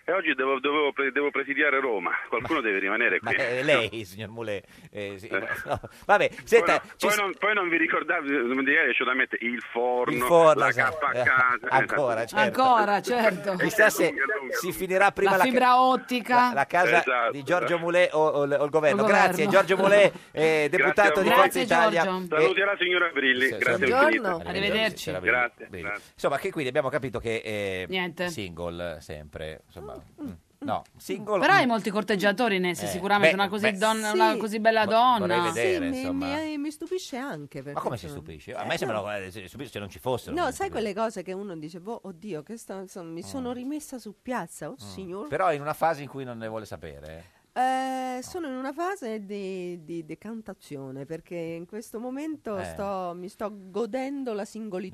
E oggi devo, dovevo pre- devo presidiare Roma, qualcuno deve rimanere
Ma
qui.
eh, lei, signor Moulet. eh, sì, no, vabbè, senta,
poi,
ci-
non, poi non vi ricordate, non vi c'è da mettere il forno,
Il forno,
la
sì.
cappa a
Eh,
casa.
ancora, certo.
Ancora, certo.
eh, chissà se si finirà prima
la,
la, ca-
fibra ottica.
la, la casa
Esatto.
di Giorgio Moulet o, o il o il governo. Grazie,
governo.
Giorgio Moulet, eh, deputato di
voi.
Forza
Grazie,
Italia.
Giorgio.
Eh,
Saluti alla signora Brilli, grazie
Buongiorno.
infinite.
Arrivederci.
Grazie.
Bene. Insomma, che quindi abbiamo capito che eh,
Niente.
single eh, sempre, insomma, mm, no, single.
Però
mm,
hai molti corteggiatori Ness,
Eh,
sicuramente
beh,
una così,
beh,
donna- una
sì.
così bella
Vo-
donna.
vorrei vedere,
mi, eh,
insomma.
mi- mi stupisce anche.
Ma
perché,
come si
insomma,
stupisce? A me
eh,
sembrano
no.
eh, si stupisce se non ci fossero. Mm.
No, sai quelle cose che uno dice, boh, oddio, che sto- insomma, mi sono rimessa su piazza, oh signor.
Però in una fase in cui non ne vuole sapere.
Eh, sono in una fase di, di decantazione perché in questo momento
Eh.
sto- mi sto godendo la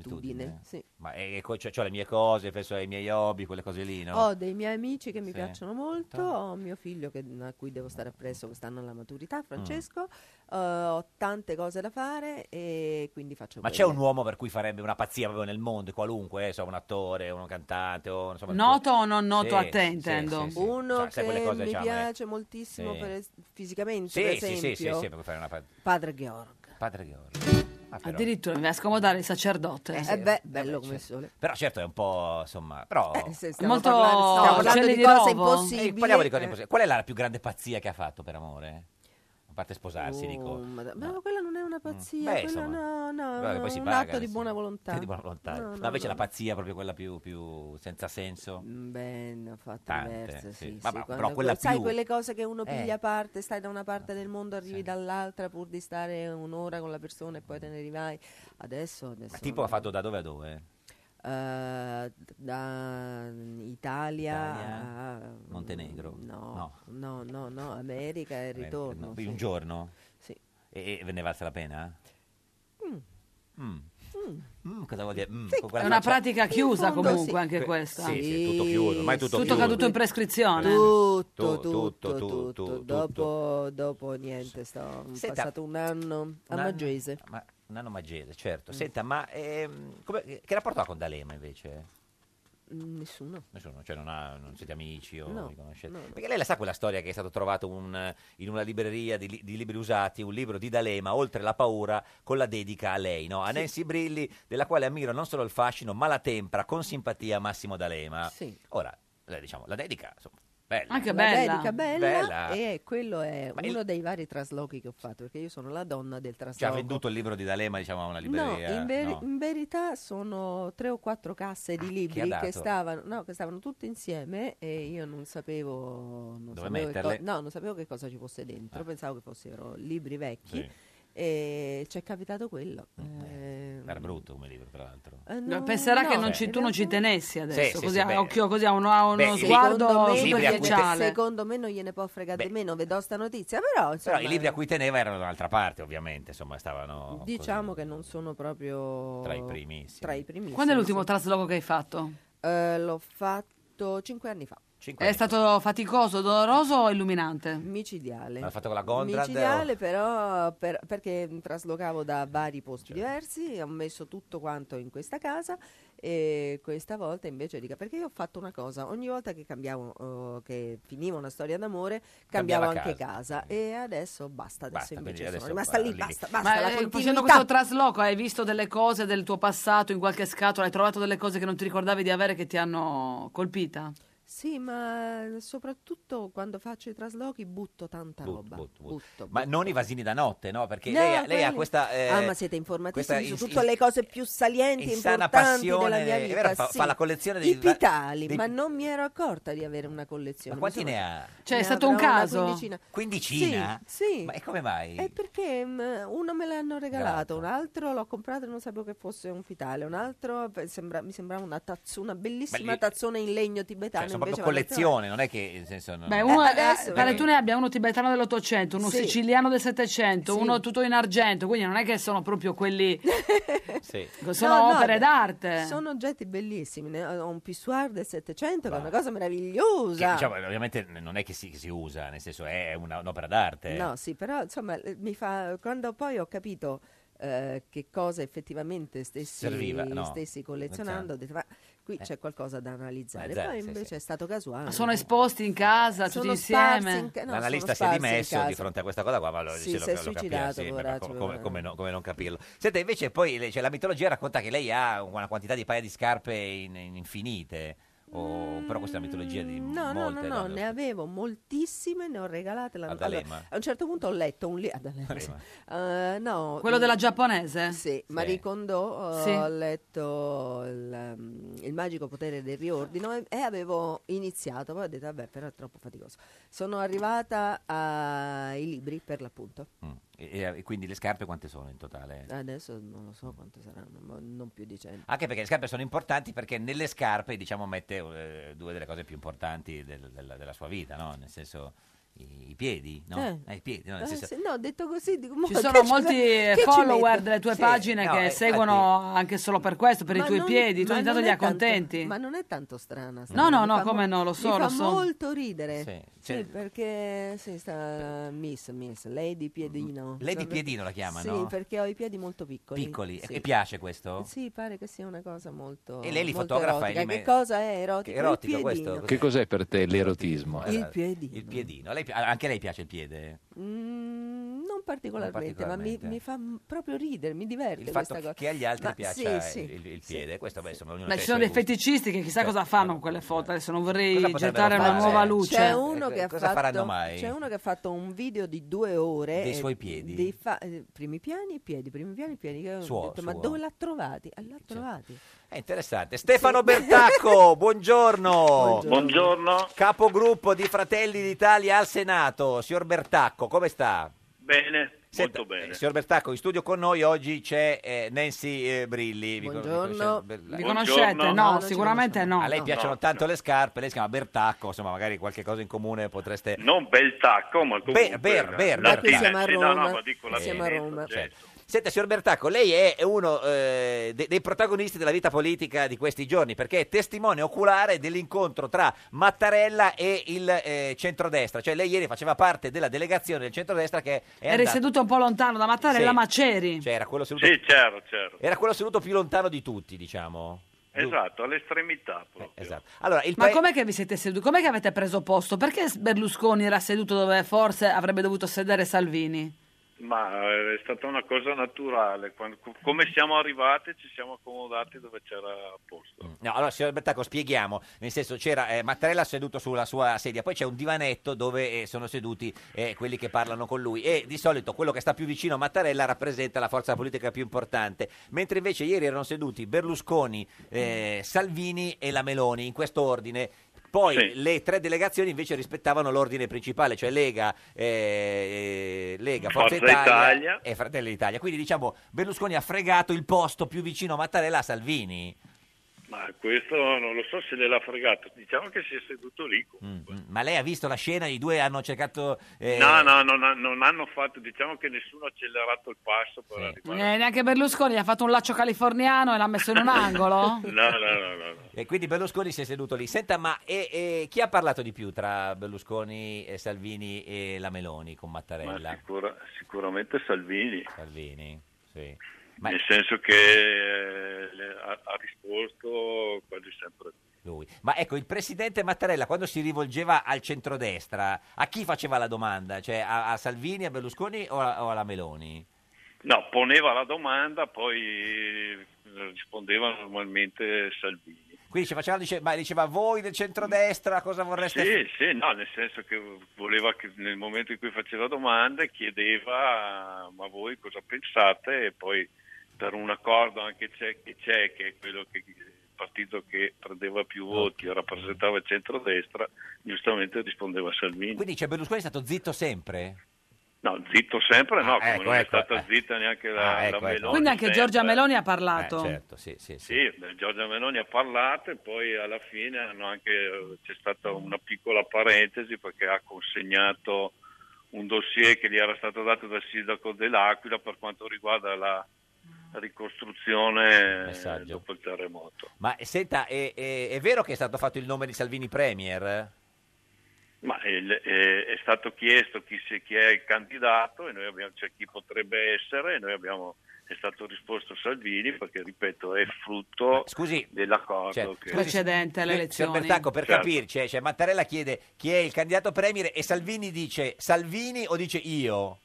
singolitudine. sì.
Ma eh, co- cioè, cioè le mie cose, penso ai miei hobby, quelle cose lì, no?
Ho dei miei amici che mi
Sì.
piacciono molto, ho mio figlio che- a cui devo stare appresso quest'anno alla
Mm.
maturità, Francesco, eh, ho tante cose da fare e quindi faccio
Ma c'è un uomo per cui farebbe una pazzia proprio nel mondo, qualunque, eh, so, un attore, un cantante, o, insomma,
Noto o non noto
Sì,
a te,
sì,
intendo.
sì, sì.
Uno
Sai- sai quelle
che
cose,
mi
diciamo, eh.
piace moltissimo
Sì.
per es- fisicamente,
Sì,
per
sì, sì, sì,
esempio,
sì, per fare una pa-
Padre Gheorghe.
Padre Gheorghe. Ah, però.
Addirittura mi va a scomodare il sacerdote.
Eh, beh, bello come il sole.
Però certo è un po', insomma, però...
Eh, se stiamo
Molto-
parlando,
Oh,
stiamo parlando
Cieli
di,
di
cose
Rovo?
Eh,
impossibili.
parliamo di cose
Eh.
impossibili. Qual è la più grande pazzia che ha fatto per amore? A parte sposarsi,
Oh,
dico.
madonna. Ma quella non è una pazzia,
Beh,
quella
insomma.
no, no,
Mm. Vabbè,
no,
poi si
un
paga,
atto di
sì.
buona volontà.
Di buona volontà.
No,
No,
no,
invece
no.
la pazzia è proprio quella più, più senza senso.
Beh, ne ho fatte
Tante,
diverse,
sì.
sì, sì,
Ma- ma-
quando-
però quella
sai
più-
quelle cose che uno
Eh.
piglia a parte, stai da una parte del mondo, arrivi dall'altra pur di stare un'ora con la persona e poi te ne arrivai. Adesso, adesso
Ma tipo ha fatto da dove a dove?
eh, da Italia,
Italia,
a
Montenegro?
Mm,
Eh,
No, no, no, no, America e ritorno.
No,
sì.
Un giorno?
Sì.
E, e ve ne è valsa la pena?
Mm.
Mm.
Mm.
Mm, cosa vuol dire? Mm,
Sì.
con quella
È una
faccia-
pratica chiusa
In fondo,
comunque
sì.
anche
Que-
questa.
Sì, sì, tutto chiuso, ormai tutto, chiuso.
caduto in prescrizione.
Tutto,
Tu-
tutto,
tutto,
tutto,
tutto, tutto.
Dopo, dopo niente, sto ho
Senta,
passato un anno a
un anno-
Maggiese.
Ma,
Mm.
un anno Maggese, certo. Senta, ma ehm, come- che rapporto ha con D'Alema invece?
Mm, Nessuno.
Nessuno, cioè non, ha, non siete amici o
No,
vi conoscete.
no, no.
Perché
Perché lei la sa quella storia che è stato trovato un, in una libreria di, li- di libri usati, un libro di D'Alema, Oltre la paura, con la dedica a lei, no? a
Sì.
Nancy Brilli, della quale ammiro non solo il fascino, ma la tempra, con simpatia Massimo
Ah.
D'Alema. Ora, la, diciamo, la dedica, insomma, bella.
Anche
La
bella.
dedica bella,
Bella.
e quello è
Ma
uno
il-
dei vari traslochi che ho fatto perché io sono la donna del trasloco.
Cioè, ha venduto il libro di D'Alema diciamo, a una libreria?
No, in, veri-
No. Ah,
in verità sono tre o quattro casse di
ha
libri
dato?
che stavano, no, che stavano tutte insieme e io non sapevo, non
Dove
sapevo che,
metterle? Ah.
no, non sapevo che cosa ci fosse dentro, pensavo che fossero libri vecchi
Sì.
e ci è capitato quello. Eh,
Era brutto come libro, tra l'altro.
eh,
No,
no,
penserà
no,
che non
in
ci- tu non ci tenessi
Sì, sì,
adesso,
sì,
così
beh.
a occhio così a uno, a uno
Beh, i-
sguardo
secondo, me, non gliene-
superficiale.
secondo me non gliene può fregare di meno, vedo sta notizia, però, insomma,
Però i libri a cui teneva erano da un'altra parte, ovviamente, insomma, stavano... così.
diciamo che non sono proprio
Tra i primissimi.
Tra i primissimi,
Quando è l'ultimo
sì.
trasloco "Oh, che hai fatto?
Eh, l'ho fatto cinque anni fa.
È stato faticoso, doloroso o illuminante?
Micidiale.
L'ha fatto con la Gondrad
Micidiale però per- perché traslocavo da vari posti
Certo.
diversi, ho messo tutto quanto in questa casa e questa volta invece dica perché io ho fatto una cosa, ogni volta che cambiavo eh, che finiva una storia d'amore cambiavo
Cambiava
anche casa,
casa.
e adesso basta, adesso
Basta,
invece
quindi
sono
adesso
rimasta lì,
va, lì.
basta, basta
Ma
la
eh, facendo
continuità.
questo trasloco hai visto delle cose del tuo passato in qualche scatola? Hai trovato delle cose che non ti ricordavi di avere che ti hanno colpita?
Sì, ma soprattutto quando faccio i traslochi butto tanta
But-
roba.
but- but.
butto,
Ma non i vasini da notte, no? Perché
No,
lei, ha- lei ha
quelli-
questa...
ah,
eh,
ma siete
questa
informatissimi su
ins-
tutte le cose più salienti e
insana
importanti della
passione,
mia
è
vita.
vero, fa-
sì.
fa la collezione dei
I
va-
pitali,
dei-
ma non mi ero accorta di avere una collezione.
Ma quanti
insomma,
ne ha?
Cioè, è
ne
stato un
avrò una
caso?
Quindicina.
Quindicina?
Sì, sì.
Ma e come mai? Cioè,
Eh, perché mh, uno me l'hanno regalato, un altro l'ho comprato e non sapevo che fosse un pitale, un altro beh, sembra- mi sembrava una, tazz- una bellissima
Ma lì-
tazzona in legno tibetano.
Cioè, sono proprio
invece mi hanno detto,
collezione, non è che... nel senso, no-
Beh, uno,
Eh,
adesso,
adesso-
pare tu ne abbia uno tibetano dell'Ottocento, uno
Sì.
siciliano del Settecento,
Sì.
uno tutto in argento, quindi non è che sono proprio quelli...
Sì.
sono
No, no,
opere
beh,
d'arte.
Sono oggetti bellissimi. ne- Ho un pissoir del Settecento, che è una cosa meravigliosa.
Che, diciamo, ovviamente non è che si, che si usa, nel senso è una- un'opera d'arte.
No, sì, però insomma, eh, mi fa... quando poi ho capito eh, che cosa effettivamente stessi,
Serviva, no.
stessi collezionando, ho detto, ma qui c'è qualcosa da analizzare.
Eh, già,
poi
sì,
invece è stato casuale.
Sono esposti in casa,
Sono
tutti
sparsi
insieme.
in ca- Eh, no,
L'analista
sono
si
sparsi
è
in
dimesso
casa.
di fronte a questa cosa qua, ma lo,
Sì,
se lo,
si è
lo capisce,
suicidato,
sì,
poveraccio,
ma come,
poveraccio.
come no- come non capirlo. Senta, invece poi le- cioè, la mitologia racconta che lei ha una quantità di paia di scarpe in- in- infinite, o- però questa è la mitologia di
Mm, No, no, no,
molte
no,
donne.
ne avevo moltissime, ne ho regalate la
Ad Alema?
a un certo punto ho letto un libro. no,
Quello
mm,
della giapponese?
Sì, Marie Kondo eh,
Sì.
ho letto il, mm, Il magico potere del riordino e, e avevo iniziato, poi ho detto vabbè però è troppo faticoso. Sono arrivata ai libri per l'appunto,
Mm. E, e- e quindi le scarpe quante sono in totale?
adesso non lo so quante saranno, ma non più di cento.
Anche perché le scarpe sono importanti perché nelle scarpe diciamo mette eh, due delle cose più importanti del- della- della sua vita, no? Nel senso i, i piedi, no?
Eh.
Eh, i piedi, no? Nel
Eh,
senso-
se- no, detto così, dico, ma
Ci
che
sono
ci
molti
met- che ci
follower
metto?
delle tue
Sì.
pagine
No,
che
eh,
seguono anche solo per questo, per i
Ma
tuoi
non-
piedi. Tu
ma
ogni tanto
non
li
è tanto-
accontenti.
Ma non è tanto strana. sta
No,
cosa,
no,
mi
no,
fa
come no, lo so,
Mi fa
lo so.
molto ridere.
Sì,
Sì,
cioè-
perché sì, sta Miss, Miss, lei di piedino.
Lei di
Sapete-
Mm, piedino la chiama,
sì,
no?
perché ho i piedi molto piccoli.
Piccoli. E-
sì.
e piace questo?
Sì, pare che sia una cosa molto
E lei li
molto
fotografa e
erotica.
li met-
Che cosa è erotico?
Che erotico
il
questo?
piedino.
Che cos'è per te l'erotismo?
Il piedino.
Il piedino. A lei pi- anche a lei piace il piede?
Mm, non particolarmente, ma mi-
particolarmente.
mi, fa m- proprio ridere, mi diverte
Il
questa
fatto
cosa.
che agli altri
Ma
piaccia
sì, sì.
il, il piede, questo beh, insomma, ognuno
Ma
ha
ci
i
sono
suoi
dei feticisti che chissà cosa fanno con quelle foto. Adesso non vorrei
potrebbero
gettare una
fare?
nuova luce.
C'è uno,
Eh,
che ha
cosa faranno
fatto,
mai?
c'è uno che ha fatto un video di due ore
Dei
eh,
suoi piedi?
dei fa- eh, primi piani e piedi, primi piani e piedi. Che ho
Suo-
detto, ma
suo.
dove l'ha trovati? Ah, L'ha trovati.
gusti. È interessante. Stefano Bertacco, buongiorno.
Buongiorno.
Capogruppo di Fratelli d'Italia al Senato. Signor Bertacco, come sta?
Bene,
Senta,
molto bene.
eh, Signor Bertacco, in studio con noi oggi c'è eh, Nancy eh, Brilli. Vi con- vi
Buongiorno.
conosce-
Vi
Ber-
conoscete? No,
No, non ci
sicuramente no.
A lei piacciono
No,
tanto le scarpe, lei si chiama Bertacco, insomma magari qualche cosa in comune potreste...
Non bel tacco, ma comunque... eh,
Ber, ber, ber,
La
ber.
tinezza,
Siamo a
No,
Roma.
no, ma dico la
Siamo
a
tinezza,
Roma.
certo.
Senta, signor Bertacco, lei è uno eh, de- dei protagonisti della vita politica di questi giorni perché è testimone oculare dell'incontro tra Mattarella e il eh, centrodestra. Cioè, lei ieri faceva parte della delegazione del centrodestra che è
Eri
andata-
seduto un po' lontano da Mattarella,
Sì.
ma c'eri.
Cioè, era quello seduto...
certo, Sì, c'ero, c'ero.
Era quello seduto più lontano di tutti, diciamo. Eh, esatto.
Esatto, all'estremità proprio.
Allora, il
Ma
paese...
com'è che vi siete seduti? Com'è che avete preso posto? Perché Berlusconi era seduto dove forse avrebbe dovuto sedere Salvini?
Ma eh, è stata una cosa naturale. Quando- co- come siamo arrivati ci siamo accomodati dove c'era posto.
No, allora, signor Bertacco, spieghiamo. Nel senso, c'era eh, Mattarella seduto sulla sua sedia, poi c'è un divanetto dove eh, sono seduti eh, quelli che parlano con lui. E di solito quello che sta più vicino a Mattarella rappresenta la forza politica più importante. Mentre invece ieri erano seduti Berlusconi, eh, Salvini e la Meloni, in questo ordine. Poi
Sì.
le tre delegazioni invece rispettavano l'ordine principale, cioè Lega, eh, Lega Forza,
Forza Italia.
e Fratelli d'Italia. Quindi diciamo Berlusconi ha fregato il posto più vicino a Mattarella a Salvini.
Ma questo non lo so se gliel'ha fregato. Diciamo che si è seduto lì.
Mm, Ma lei ha visto la scena? I due hanno cercato. eh,
No, no, non, ha- non hanno fatto, diciamo che nessuno ha accelerato il passo per arrivare.
Eh, neanche Berlusconi ha fatto un laccio californiano e l'ha messo in un angolo?
No, no, no, no, no.
E quindi Berlusconi si è seduto lì. Senta, ma e- e chi ha parlato di più tra Berlusconi, e Salvini e la Meloni con
Ma
Mattarella?
sicura- sicuramente Salvini.
Salvini, sì.
Nel senso che eh, le- ha, ha risposto quasi sempre.
Lui. Ma ecco, il presidente Mattarella quando si rivolgeva al centrodestra, a chi faceva la domanda? Cioè a, a Salvini, a Berlusconi o, a- o alla Meloni?
No, poneva la domanda, poi eh, rispondeva normalmente Salvini.
Quindi ci faceva, dice, ma diceva voi del centrodestra cosa vorreste fare?
Sì, sì, no, nel senso che voleva che nel momento in cui faceva domande chiedeva ma voi cosa pensate e poi per un accordo anche c'è, che c'è, che è quello che il partito che prendeva più voti e rappresentava il centrodestra, giustamente rispondeva Salvini.
Quindi cioè, Berlusconi è stato zitto sempre?
No, zitto sempre no, come
ecco,
non è
ecco,
stata zitta neanche la,
Ah,
la
ecco, ecco.
Meloni.
Quindi anche
sempre.
Giorgia Meloni ha parlato.
Certo, sì, sì, sì.
Sì, beh, Giorgia Meloni ha parlato e poi alla fine hanno anche- c'è stata una piccola parentesi perché ha consegnato un dossier che gli era stato dato dal sindaco dell'Aquila per quanto riguarda la ricostruzione dopo il terremoto.
Ma eh, senta, è, è- è vero che è stato fatto il nome di Salvini Premier?
Ma il- eh, è stato chiesto chi, si- chi è il candidato e noi abbiamo, cioè chi potrebbe essere e noi abbiamo, è stato risposto Salvini perché, ripeto, è frutto dell'accordo. che...
Precedente alle
cioè, Eh,
elezioni.
Signor Bertacco, per
Certo.
capirci, eh, cioè Mattarella chiede chi è il candidato Premier e Salvini dice Salvini o dice io?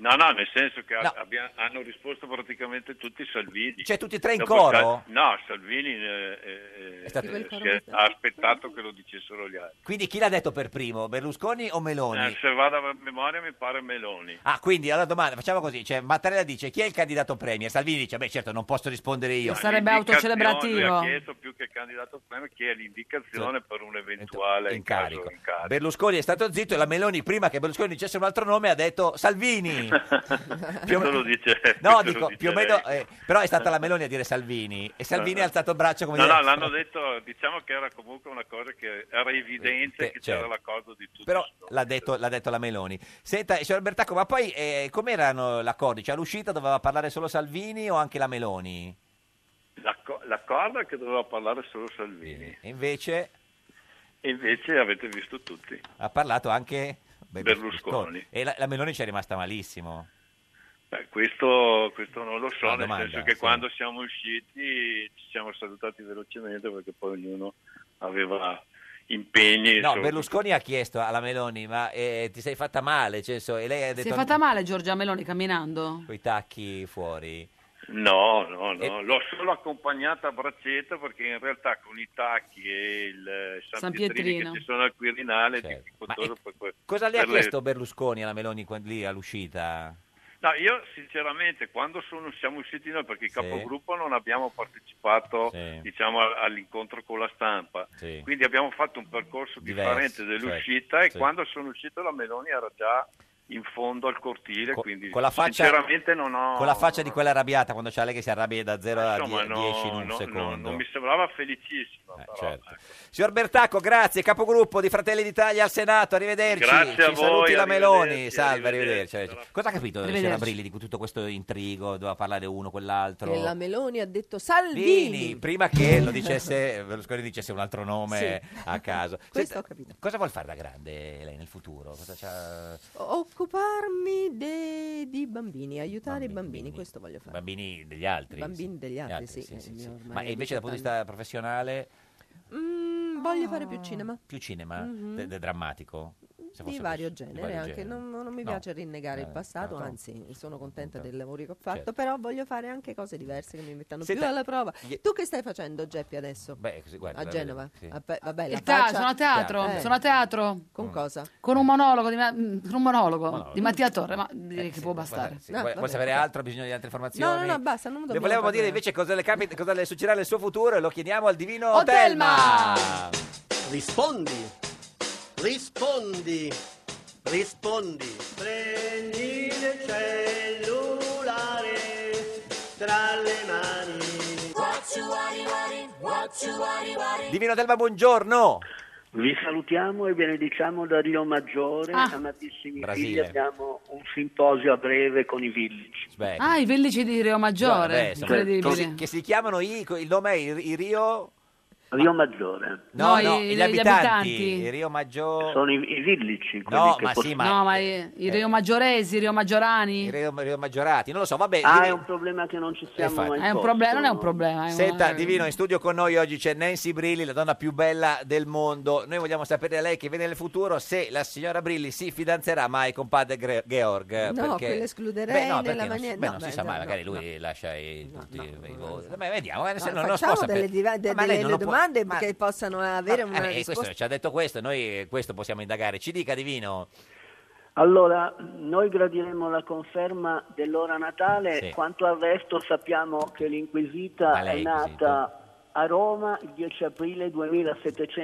No, no, nel senso che
No.
abbia- hanno risposto praticamente tutti i Salvini.
Cioè, tutti e tre in
Dopo
coro?
Sal- no, Salvini eh, eh,
È stato-
eh, si è- ha aspettato che lo dicessero gli altri.
Quindi chi l'ha detto per primo, Berlusconi o Meloni?
Eh, se vado a memoria mi pare Meloni.
Ah, quindi allora domanda, facciamo così, cioè Mattarella dice chi è il candidato Premier? Salvini dice, beh certo, non posso rispondere io.
Sarebbe
L'indicazione, Lui ha
autocelebrativo.
chiesto più che il candidato Premier che è l'indicazione per un eventuale
incarico.
caso incarico.
Berlusconi è stato zitto e la Meloni, prima che Berlusconi dicesse un altro nome, ha detto Salvini. Più o
Questo
me-
lo dice,
No,
questo lo
dico,
dice
più o meno,
lei.
eh, però è stata la Meloni a dire Salvini e Salvini ha alzato il braccio come
No,
dire-
no, l'hanno detto, diciamo che era comunque una cosa che era
Eh,
evidente che
certo.
c'era l'accordo di tutti.
Però l'ha detto, l'ha detto la Meloni. Senta, signor Bertacco, ma poi eh, com'erano l'accordo? Cioè all'uscita doveva parlare solo Salvini o anche la Meloni?
L'acco- l'accordo è che doveva parlare solo Salvini.
E invece
E invece avete visto tutti.
ha parlato anche beh,
Berlusconi.
E la, la Meloni ci è rimasta malissimo.
Beh, questo, questo non lo so,
Una
nel
domanda,
senso che
sì.
quando siamo usciti ci siamo salutati velocemente perché poi ognuno aveva
No,
impegni. insomma.
Berlusconi ha chiesto alla Meloni, ma eh, ti sei fatta male? Cioè, so- e lei ha
Si
detto
è fatta male Giorgia Meloni camminando?
con i tacchi fuori.
No, no, no,
E-
l'ho solo accompagnata a braccetto perché in realtà con i tacchi e il eh, San,
San
Pietrini
Pietrino.
che ci sono al Quirinale
Certo.
di Cotoso
Ma e-
per que-
Cosa le ha
per le-
chiesto Berlusconi alla Meloni quando- lì all'uscita?
No, io sinceramente quando sono- siamo usciti noi, perché il capogruppo non abbiamo partecipato
Sì.
diciamo, a- all'incontro con la stampa,
Sì.
quindi abbiamo fatto un percorso
Diverso,
differente dell'uscita
certo,
e
sì.
quando sono uscito la Meloni era già in fondo al cortile, quindi
con la faccia-
sinceramente non ho...
Con la faccia di quella arrabbiata quando c'ha lei che si arrabbia da 0 a
insomma,
10
no,
in un
no, no,
secondo.
non mi sembrava felicissima. però,
certo. Signor Bertacco, grazie, capogruppo di Fratelli d'Italia al Senato, arrivederci.
Grazie a
Ci saluti
voi,
la Meloni,
arrivederci,
salve, arrivederci. Cosa ha capito
Arrivederci.
signora Brilli di tutto questo intrigo, doveva parlare uno, quell'altro?
Che la Meloni ha detto Salvini.
Salvini, prima che lo dicesse, Berlusconi dicesse un altro nome
Sì.
a caso.
Questo
Senta, Cosa vuol fare da grande lei nel futuro? Cosa c'ha-
Oh, occuparmi de- di bambini, aiutare i bambini, questo voglio fare.
Bambini degli altri.
Bambini degli altri, sì, eh,
sì,
io
sì.
ormai
Ma
ho
invece dal punto di vista professionale,
Mm, voglio fare più cinema.
più cinema,
Mhm.
de- de- drammatico? Se
Di
fosse
vario
possi- di
genere,
vario
anche
genere.
Non, non mi
No.
piace rinnegare il
Eh,
passato,
no, no.
anzi sono contenta del lavoro che ho fatto,
Certo.
però voglio fare anche cose diverse che mi mettano
Senta,
più alla prova.
gli-
Tu che stai facendo Geppi adesso?
Beh, così, guarda,
a
la-
Genova?
sì.
A pe- vabbè, Eh, la
Il teatro,
faccia-
sono a teatro,
Eh,
sono a teatro.
Con cosa?
Con un monologo di, ma- mm, con un monologo
Mm. Monologo. Eh,
di Mattia Torre, ma direi che può
Guarda,
bastare.
se vuoi- vuoi sapere altro? Ha bisogno di altre
No,
informazioni?
no, no, basta, non
Le
dobbiamo
volevamo
parlare.
dire invece cosa le, capita- cosa le succederà nel suo futuro e lo chiediamo al divino
Oh,
Telma.
Telma!
Rispondi, rispondi, rispondi. Prendi il cellulare tra le mani.
Divino Telma, buongiorno.
Vi salutiamo e benediciamo da Rio Maggiore,
Ah.
amatissimi figli,
Brasile.
abbiamo un simposio a breve con i village.
Ah, i vellici di Rio
Eh. Vabbè,
Maggiore,
insomma, che,
incredibile.
si, che si chiamano i, co- il nome è i, i Rio
Rio Maggiore.
no,
No,
no,
i-
gli,
gli
abitanti,
abitanti.
i Rio Maggiore
Sono i, i villici, quelli
No,
che
ma
pos-
sì, ma eh.
No, ma i, i Rio Maggioresi, i Rio Maggiorani.
i Rio, Rio Maggiorati, non lo so, vabbè.
Ah,
Divino-
è un problema che non ci siamo
Infatti.
mai
È un
posti.
problema, non è un problema. eh, è
Senta,
una-
Divino, in studio con noi oggi c'è Nancy Brilli, la donna più bella del mondo. Noi vogliamo sapere da lei che vede nel futuro se la signora Brilli si fidanzerà mai con padre Gre- Georg.
No,
Eh, perché...
quello escluderei
Beh, no, perché
nella
non si-
maniera...
beh,
no,
non
beh,
si sa
no,
mai,
no.
magari lui lascia i, tutti i voti. Beh, vediamo, eh, se
No,
non, non si può
facciamo
sapere.
delle, diva- de-
Ma lei
delle
non lo può-
domande
ma-
che possano avere
ma-
una
eh, questo-
risposta.
ci ha detto questo, noi eh, questo possiamo indagare. Ci dica, Divino.
Allora, noi gradiremo la conferma dell'ora natale,
Sì.
quanto al resto sappiamo che l'Inquisita
Ma
è
lei,
nata a Roma il 10 aprile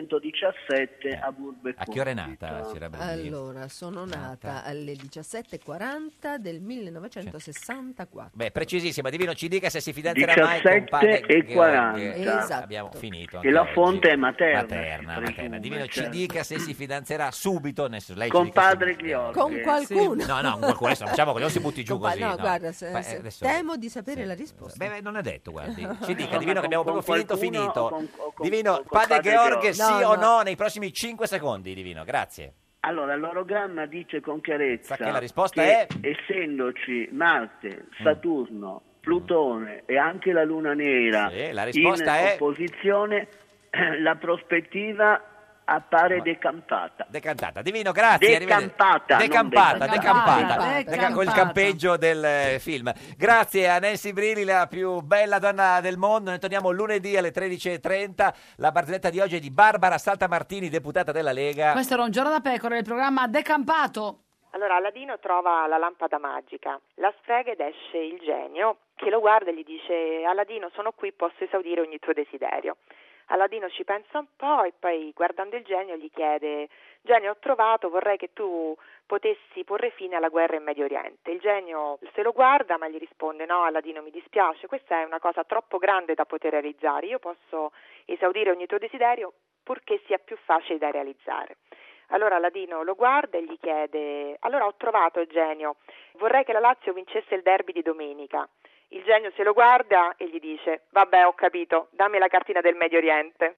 2717 a Burbeco.
Eh. A che ora è nata la signora Brilli?
Allora, sono nata alle 17.40
Cioè.
del 1964.
Beh, precisissima, Divino, ci dica se si fidanzerà mai con
17
padre
e
Georg.
40.
Esatto.
Eh, Abbiamo finito.
E
anche
la
oggi.
fonte è materna.
Materna,
si
materna.
presume,
Divino, ci
certo.
dica se si fidanzerà subito. nel senso, lei ci
Con
dica
padre
subito.
Gheorghi.
Con qualcuno.
No, no, con qualcuno. adesso Diciamo che non si butti giù
Compa-
così.
no, guarda, se-
Beh,
se-
adesso- eh,
temo di sapere la risposta.
Beh, beh, non è detto, guardi. Ci dica,
No,
Divino,
ma
che abbiamo
con-
proprio finito,
con
finito.
qualcuno o con- o con-
divino,
con
padre,
padre
Georg,
Gheorghi?
sì
No,
o
no.
no, nei prossimi 5 secondi, Divino. Grazie.
Allora, l'orogramma dice con chiarezza
Sa che la risposta
che
è?
essendoci Marte, Saturno, Plutone e anche la Luna Nera
Sì, la risposta
in
è?
opposizione, la prospettiva appare decampata.
Decantata, Divino, grazie. arrivederci.
Decampata, non
Decampata,
decampata.
decampata.
Decampata.
Deca- Col campeggio del eh, film. Grazie a Nancy Brilli, la più bella donna del mondo. Noi torniamo lunedì alle 13.30. La barzelletta di oggi è di Barbara Saltamartini, deputata della Lega.
Questo era un giorno da pecora, il programma Decampato.
Allora Aladino trova la lampada magica, la sfrega ed esce il genio che lo guarda e gli dice Aladino sono qui, posso esaudire ogni tuo desiderio. Aladino ci pensa un po' e poi guardando il genio gli chiede Genio ho trovato, vorrei che tu potessi porre fine alla guerra in Medio Oriente. Il genio se lo guarda ma gli risponde no Aladino mi dispiace, questa è una cosa troppo grande da poter realizzare, io posso esaudire ogni tuo desiderio purché sia più facile da realizzare. Allora Aladino lo guarda e gli chiede: Allora ho trovato il genio, vorrei che la Lazio vincesse il derby di domenica. Il genio se lo guarda e gli dice: Vabbè, ho capito, dammi la cartina del Medio Oriente.